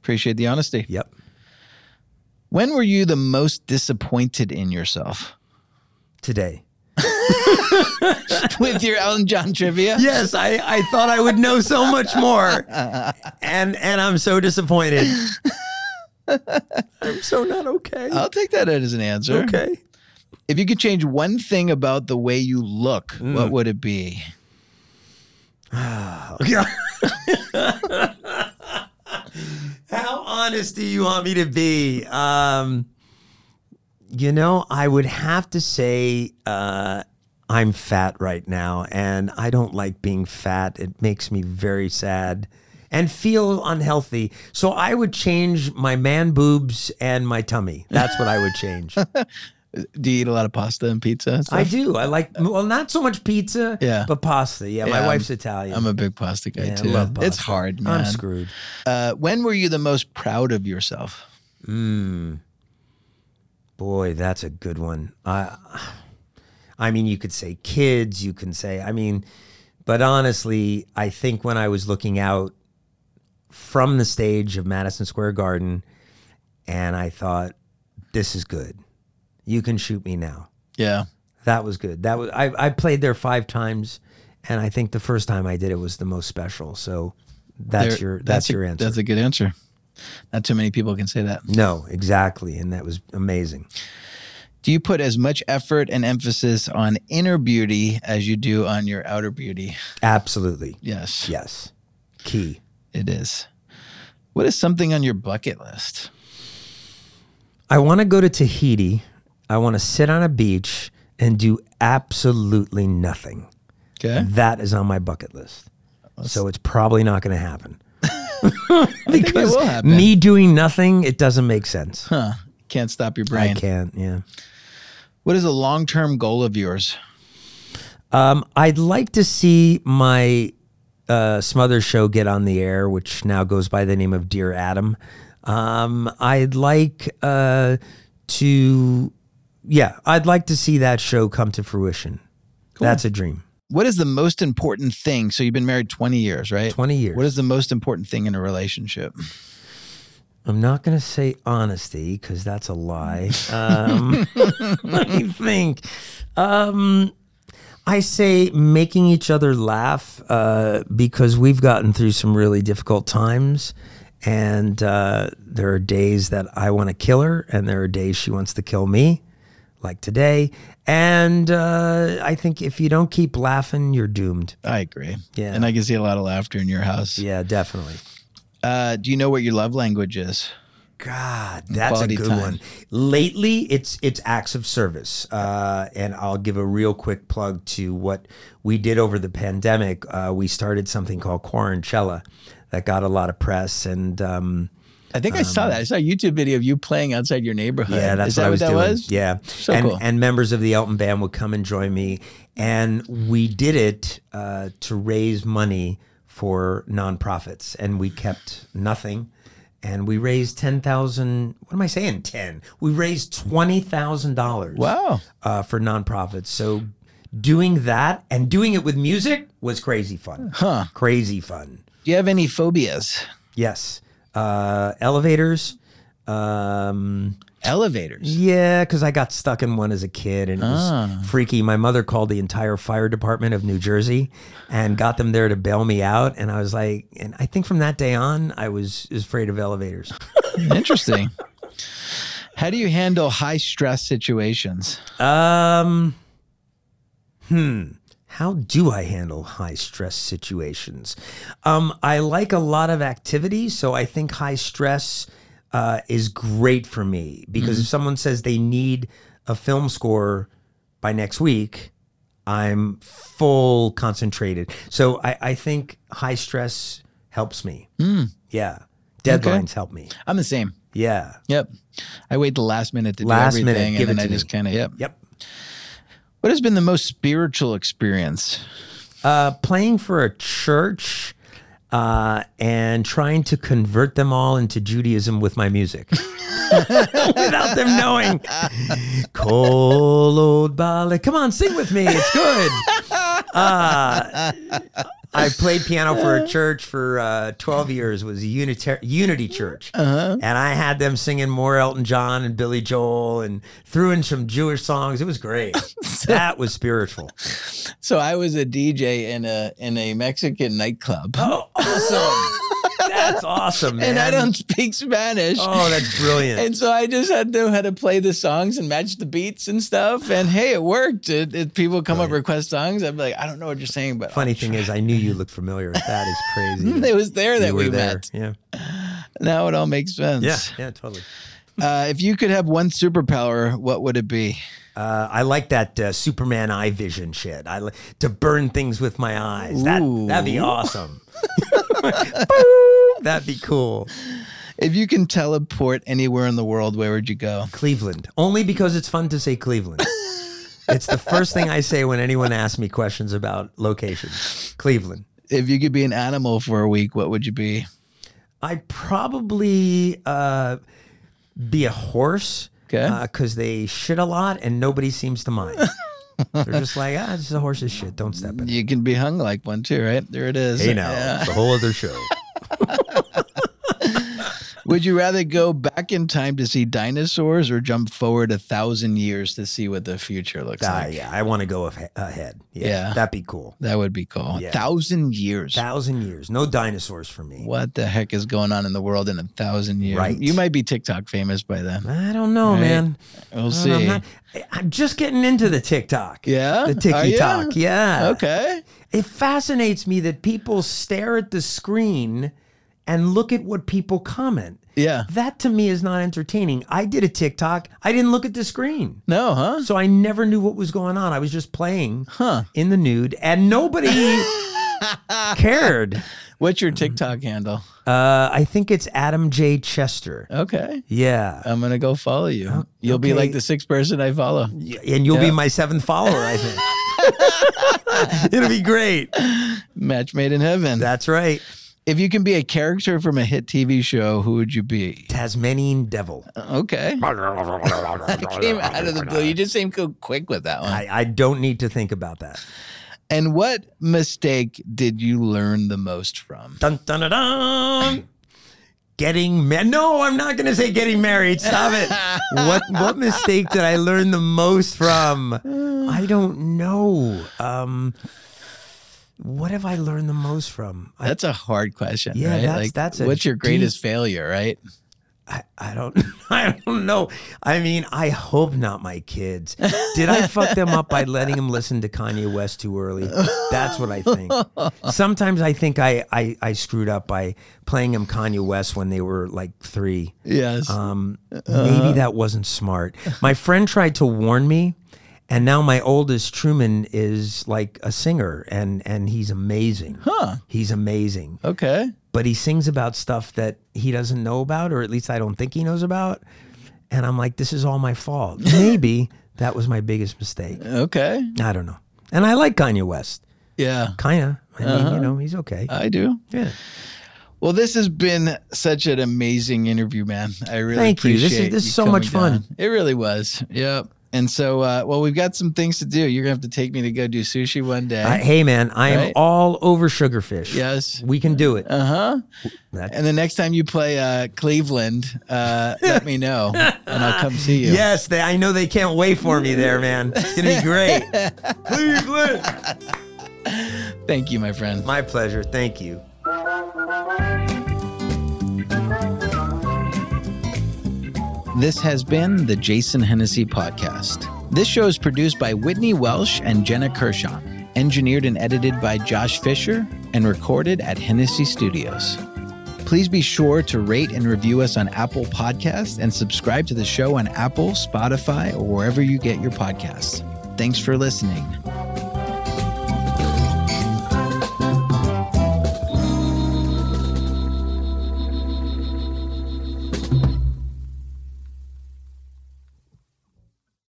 Speaker 2: Appreciate the honesty.
Speaker 1: Yep.
Speaker 2: When were you the most disappointed in yourself?
Speaker 1: Today.
Speaker 2: With your Elton John trivia?
Speaker 1: Yes, I, I thought I would know so much more. And and I'm so disappointed. I'm so not okay.
Speaker 2: I'll take that as an answer.
Speaker 1: okay.
Speaker 2: If you could change one thing about the way you look, what would it be?
Speaker 1: How honest do you want me to be? Um, you know, I would have to say uh, I'm fat right now, and I don't like being fat. It makes me very sad and feel unhealthy. So I would change my man boobs and my tummy. That's what I would change.
Speaker 2: Do you eat a lot of pasta and pizza? and
Speaker 1: I
Speaker 2: stuff?
Speaker 1: do. I like well, not so much pizza,
Speaker 2: Yeah.
Speaker 1: but pasta. Yeah,
Speaker 2: Yeah,
Speaker 1: my
Speaker 2: I'm-
Speaker 1: wife's Italian.
Speaker 2: I'm a big pasta guy
Speaker 1: Yeah, I
Speaker 2: too.
Speaker 1: love pasta.
Speaker 2: It's hard, man.
Speaker 1: I'm screwed.
Speaker 2: Uh, when were you the most proud of yourself?
Speaker 1: Boy, that's a good one. I, I mean, you could say kids. You can say, I mean, but honestly, I think when I was looking out from the stage of Madison Square Garden, and I thought, this is good. You can shoot me now.
Speaker 2: Yeah.
Speaker 1: That was good. That was I, I played there five times, and I think the first time I did it was the most special. So that's
Speaker 2: There-
Speaker 1: your that's,
Speaker 2: a-
Speaker 1: your answer.
Speaker 2: That's a good answer. Not too many people can say that.
Speaker 1: no, exactly, and that was amazing.
Speaker 2: Do you put as much effort and emphasis on inner beauty as you do on your outer beauty?
Speaker 1: Absolutely,
Speaker 2: Yes,
Speaker 1: yes, key.
Speaker 2: it is. What is something on your bucket list?
Speaker 1: I want to go to Tahiti. I want to sit on a beach and do absolutely nothing.
Speaker 2: Okay.
Speaker 1: That is on my bucket list. So it's probably not going to happen.
Speaker 2: think it
Speaker 1: because
Speaker 2: will happen.
Speaker 1: me doing nothing, it doesn't make sense.
Speaker 2: Huh. Can't stop
Speaker 1: I
Speaker 2: your brain.
Speaker 1: can't. Yeah.
Speaker 2: What is a long term goal of yours?
Speaker 1: Um, I'd like to see my uh, Smothers show get on the air, which now goes by the name of Dear Adam. Um, I'd like uh, to, yeah, I'd like to see that show come to fruition. That's a dream.
Speaker 2: What is the most important thing? So you've been married 20 years, right?
Speaker 1: 20 years.
Speaker 2: What is the most important thing in a relationship?
Speaker 1: I'm not going to say honesty because that's a lie. Um, let me think. Um, I say making each other laugh uh, because we've gotten through some really difficult times. And uh, there are days that I want to kill her, and there are days she wants to kill me, like today. And uh, I think if you don't keep laughing, you're doomed.
Speaker 2: I agree.
Speaker 1: Yeah.
Speaker 2: And I can see a lot of laughter in your house.
Speaker 1: Yeah, definitely.
Speaker 2: Uh, do you know what your love language is?
Speaker 1: God, that's
Speaker 2: quality
Speaker 1: a good
Speaker 2: time.
Speaker 1: one. Lately, it's it's acts of service, uh, and I'll give a real quick plug to what we did over the pandemic. Uh, we started something called Quarantella that got a lot of press, and um,
Speaker 2: I think I saw that. I saw a YouTube video of you playing outside your neighborhood.
Speaker 1: yeah, that's
Speaker 2: is that
Speaker 1: what I
Speaker 2: what
Speaker 1: was
Speaker 2: that
Speaker 1: doing.
Speaker 2: was?
Speaker 1: Yeah,
Speaker 2: So
Speaker 1: and
Speaker 2: cool.
Speaker 1: and members of the Elton Band would come and join me, and we did it uh, to raise money for nonprofits, and we kept nothing. And we raised ten thousand. What am I saying? Ten. We raised twenty thousand dollars.
Speaker 2: Wow.
Speaker 1: Uh, for nonprofits. So doing that and doing it with music was crazy fun.
Speaker 2: Huh.
Speaker 1: Crazy fun.
Speaker 2: Do you have any phobias?
Speaker 1: Yes. Uh, elevators. Um,
Speaker 2: Elevators.
Speaker 1: yeah, because I got stuck in one as a kid and it was
Speaker 2: Ah.
Speaker 1: freaky. My mother called the entire fire department of New Jersey and got them there to bail me out. And I was like, and I think from that day on, I was is afraid of elevators.
Speaker 2: Interesting. How do you handle high stress situations?
Speaker 1: Um, hmm. How do I handle high stress situations? Um, I like a lot of activity, so I think high stress uh, is great for me because if someone says they need a film score by next week, I'm full concentrated. So I, I think high stress helps me. Yeah. Deadlines help me.
Speaker 2: I'm the same.
Speaker 1: Yeah.
Speaker 2: Yep. I wait the last minute to
Speaker 1: Last
Speaker 2: do
Speaker 1: minute,
Speaker 2: everything
Speaker 1: give it
Speaker 2: and then
Speaker 1: to
Speaker 2: I just
Speaker 1: me.
Speaker 2: kind of yep.
Speaker 1: Yep.
Speaker 2: What has been the most spiritual experience?
Speaker 1: Uh, playing for a church uh, and trying to convert them all into Judaism with my music without them knowing. Kol Od Bala- Come on, sing with me. It's good. Uh, I played piano for a church for uh, 12 years, was a unitar- Unity Church. And I had them singing more Elton John and Billy Joel and threw in some Jewish songs. It was great. that was spiritual.
Speaker 2: So I was a DJ in a in a Mexican nightclub,
Speaker 1: Oh, awesome. That's awesome, man.
Speaker 2: and I don't speak Spanish.
Speaker 1: Oh, that's brilliant.
Speaker 2: And so I just had to know how to play the songs and match the beats and stuff. And hey, it worked. It, it, people come up request songs. I'm like, I don't know what you're saying, but
Speaker 1: Funny thing is, I knew you looked familiar. That is crazy.
Speaker 2: it was there that
Speaker 1: You
Speaker 2: we
Speaker 1: were there.
Speaker 2: met.
Speaker 1: Yeah.
Speaker 2: Now it all makes sense.
Speaker 1: Yeah. Yeah. Totally.
Speaker 2: Uh, if you could have one superpower, what would it be?
Speaker 1: Uh, I like that uh, Superman eye vision shit. I li- to burn things with my eyes. That
Speaker 2: Ooh.
Speaker 1: that'd be awesome. Boop. that'd be cool.
Speaker 2: If you can teleport anywhere in the world, where would you go?
Speaker 1: Cleveland, only because it's fun to say Cleveland. it's the first thing I say when anyone asks me questions about locations. Cleveland.
Speaker 2: If you could be an animal for a week, what would you be?
Speaker 1: I'd probably uh, be a horse
Speaker 2: 'Kay.
Speaker 1: because they shit a lot and nobody seems to mind. They're just like, ah, this is a horse's shit. Don't step in. it."
Speaker 2: You can be hung like one too, right? There it is.
Speaker 1: Hey, now
Speaker 2: Yeah.
Speaker 1: it's a whole other show.
Speaker 2: Would you rather go back in time to see dinosaurs or jump forward a thousand years to see what the future looks
Speaker 1: Ah,
Speaker 2: like?
Speaker 1: yeah, I want to go ahe- ahead. Yeah,
Speaker 2: Yeah.
Speaker 1: that'd be cool.
Speaker 2: That would be cool.
Speaker 1: Yeah.
Speaker 2: thousand years.
Speaker 1: Thousand years, no dinosaurs for me.
Speaker 2: what the heck is going on in the world in a thousand years?
Speaker 1: Right.
Speaker 2: You might be TikTok famous by then.
Speaker 1: I don't know,
Speaker 2: Right.
Speaker 1: man.
Speaker 2: We'll
Speaker 1: I
Speaker 2: see.
Speaker 1: don't know, I'm, not, I- I'm just getting into the TikTok.
Speaker 2: Yeah?
Speaker 1: Uh-huh. the
Speaker 2: Are
Speaker 1: Tiki
Speaker 2: ya?
Speaker 1: Tok. Yeah.
Speaker 2: Okay.
Speaker 1: It fascinates me that people stare at the screen and look at what people comment.
Speaker 2: Yeah.
Speaker 1: That to me is not entertaining. I did a TikTok. I didn't look at the screen.
Speaker 2: No, huh?
Speaker 1: So I never knew what was going on. I was just playing in the nude and nobody cared.
Speaker 2: What's your TikTok handle?
Speaker 1: Uh, I think it's Adam J. Chester.
Speaker 2: Okay.
Speaker 1: Yeah.
Speaker 2: I'm gonna go follow you. You'll be
Speaker 1: Oh, okay.
Speaker 2: like the sixth person I follow.
Speaker 1: Y- And you'll be my seventh follower, I think. It'll be great.
Speaker 2: Match made in heaven.
Speaker 1: That's right.
Speaker 2: if you can be a character from a hit TV show, who would you be?
Speaker 1: Tasmanian devil.
Speaker 2: Okay. That came out of the blue. You just seem so quick with that one.
Speaker 1: I, I don't need to think about that.
Speaker 2: And what mistake did you learn the most from?
Speaker 1: Dun dun dun dun. Getting married? No, I'm not going to say getting married. Stop it. what what mistake did I learn the most from? I don't know. Um, what have I learned the most from? I,
Speaker 2: That's a hard question.
Speaker 1: Yeah,
Speaker 2: right?
Speaker 1: that's- that's a
Speaker 2: what's your
Speaker 1: deep-
Speaker 2: greatest failure, right?
Speaker 1: I, I don't I don't know. I mean, I hope not my kids. Did I fuck them up by letting them listen to Kanye West too early? That's what I think. Sometimes I think I I, I screwed up by playing them Kanye West when they were like three.
Speaker 2: Yes.
Speaker 1: Um,
Speaker 2: Uh-huh.
Speaker 1: maybe that wasn't smart. My friend tried to warn me, and now my oldest Truman is like a singer, and and he's amazing.
Speaker 2: huh.
Speaker 1: He's amazing,
Speaker 2: Okay.
Speaker 1: but he sings about stuff that he doesn't know about, or at least I don't think he knows about. And I'm like, this is all my fault. Maybe that was my biggest mistake.
Speaker 2: Okay.
Speaker 1: I don't know. And I like Kanye West,
Speaker 2: Yeah.
Speaker 1: kinda. I mean,
Speaker 2: Uh-huh.
Speaker 1: you know, he's okay.
Speaker 2: I do.
Speaker 1: yeah.
Speaker 2: Well, this has been such an amazing interview, man. I really
Speaker 1: Thank you. This is-
Speaker 2: appreciate
Speaker 1: this is so
Speaker 2: you
Speaker 1: much fun.
Speaker 2: coming down. It really was. Yep. And so, uh, well, we've got some things to do. You're gonna have to take me to go do sushi one day.
Speaker 1: I, hey, man, I am
Speaker 2: Right.
Speaker 1: all over Sugarfish.
Speaker 2: yes.
Speaker 1: We can do it.
Speaker 2: Uh huh.
Speaker 1: That-
Speaker 2: And the next time you play uh, Cleveland, uh, let me know, and I'll come see you.
Speaker 1: Yes, they, I know they can't wait for me there, man. It's gonna be great. Cleveland.
Speaker 2: Thank you, my friend.
Speaker 1: My pleasure. Thank you.
Speaker 2: This has been the Jason Hennessy Podcast. This show is produced by Whitney Welsh and Jenna Kershaw, engineered and edited by Josh Fisher, and recorded at Hennessy Studios. Please be sure to rate and review us on Apple Podcasts and subscribe to the show on Apple, Spotify, or wherever you get your podcasts. Thanks for listening.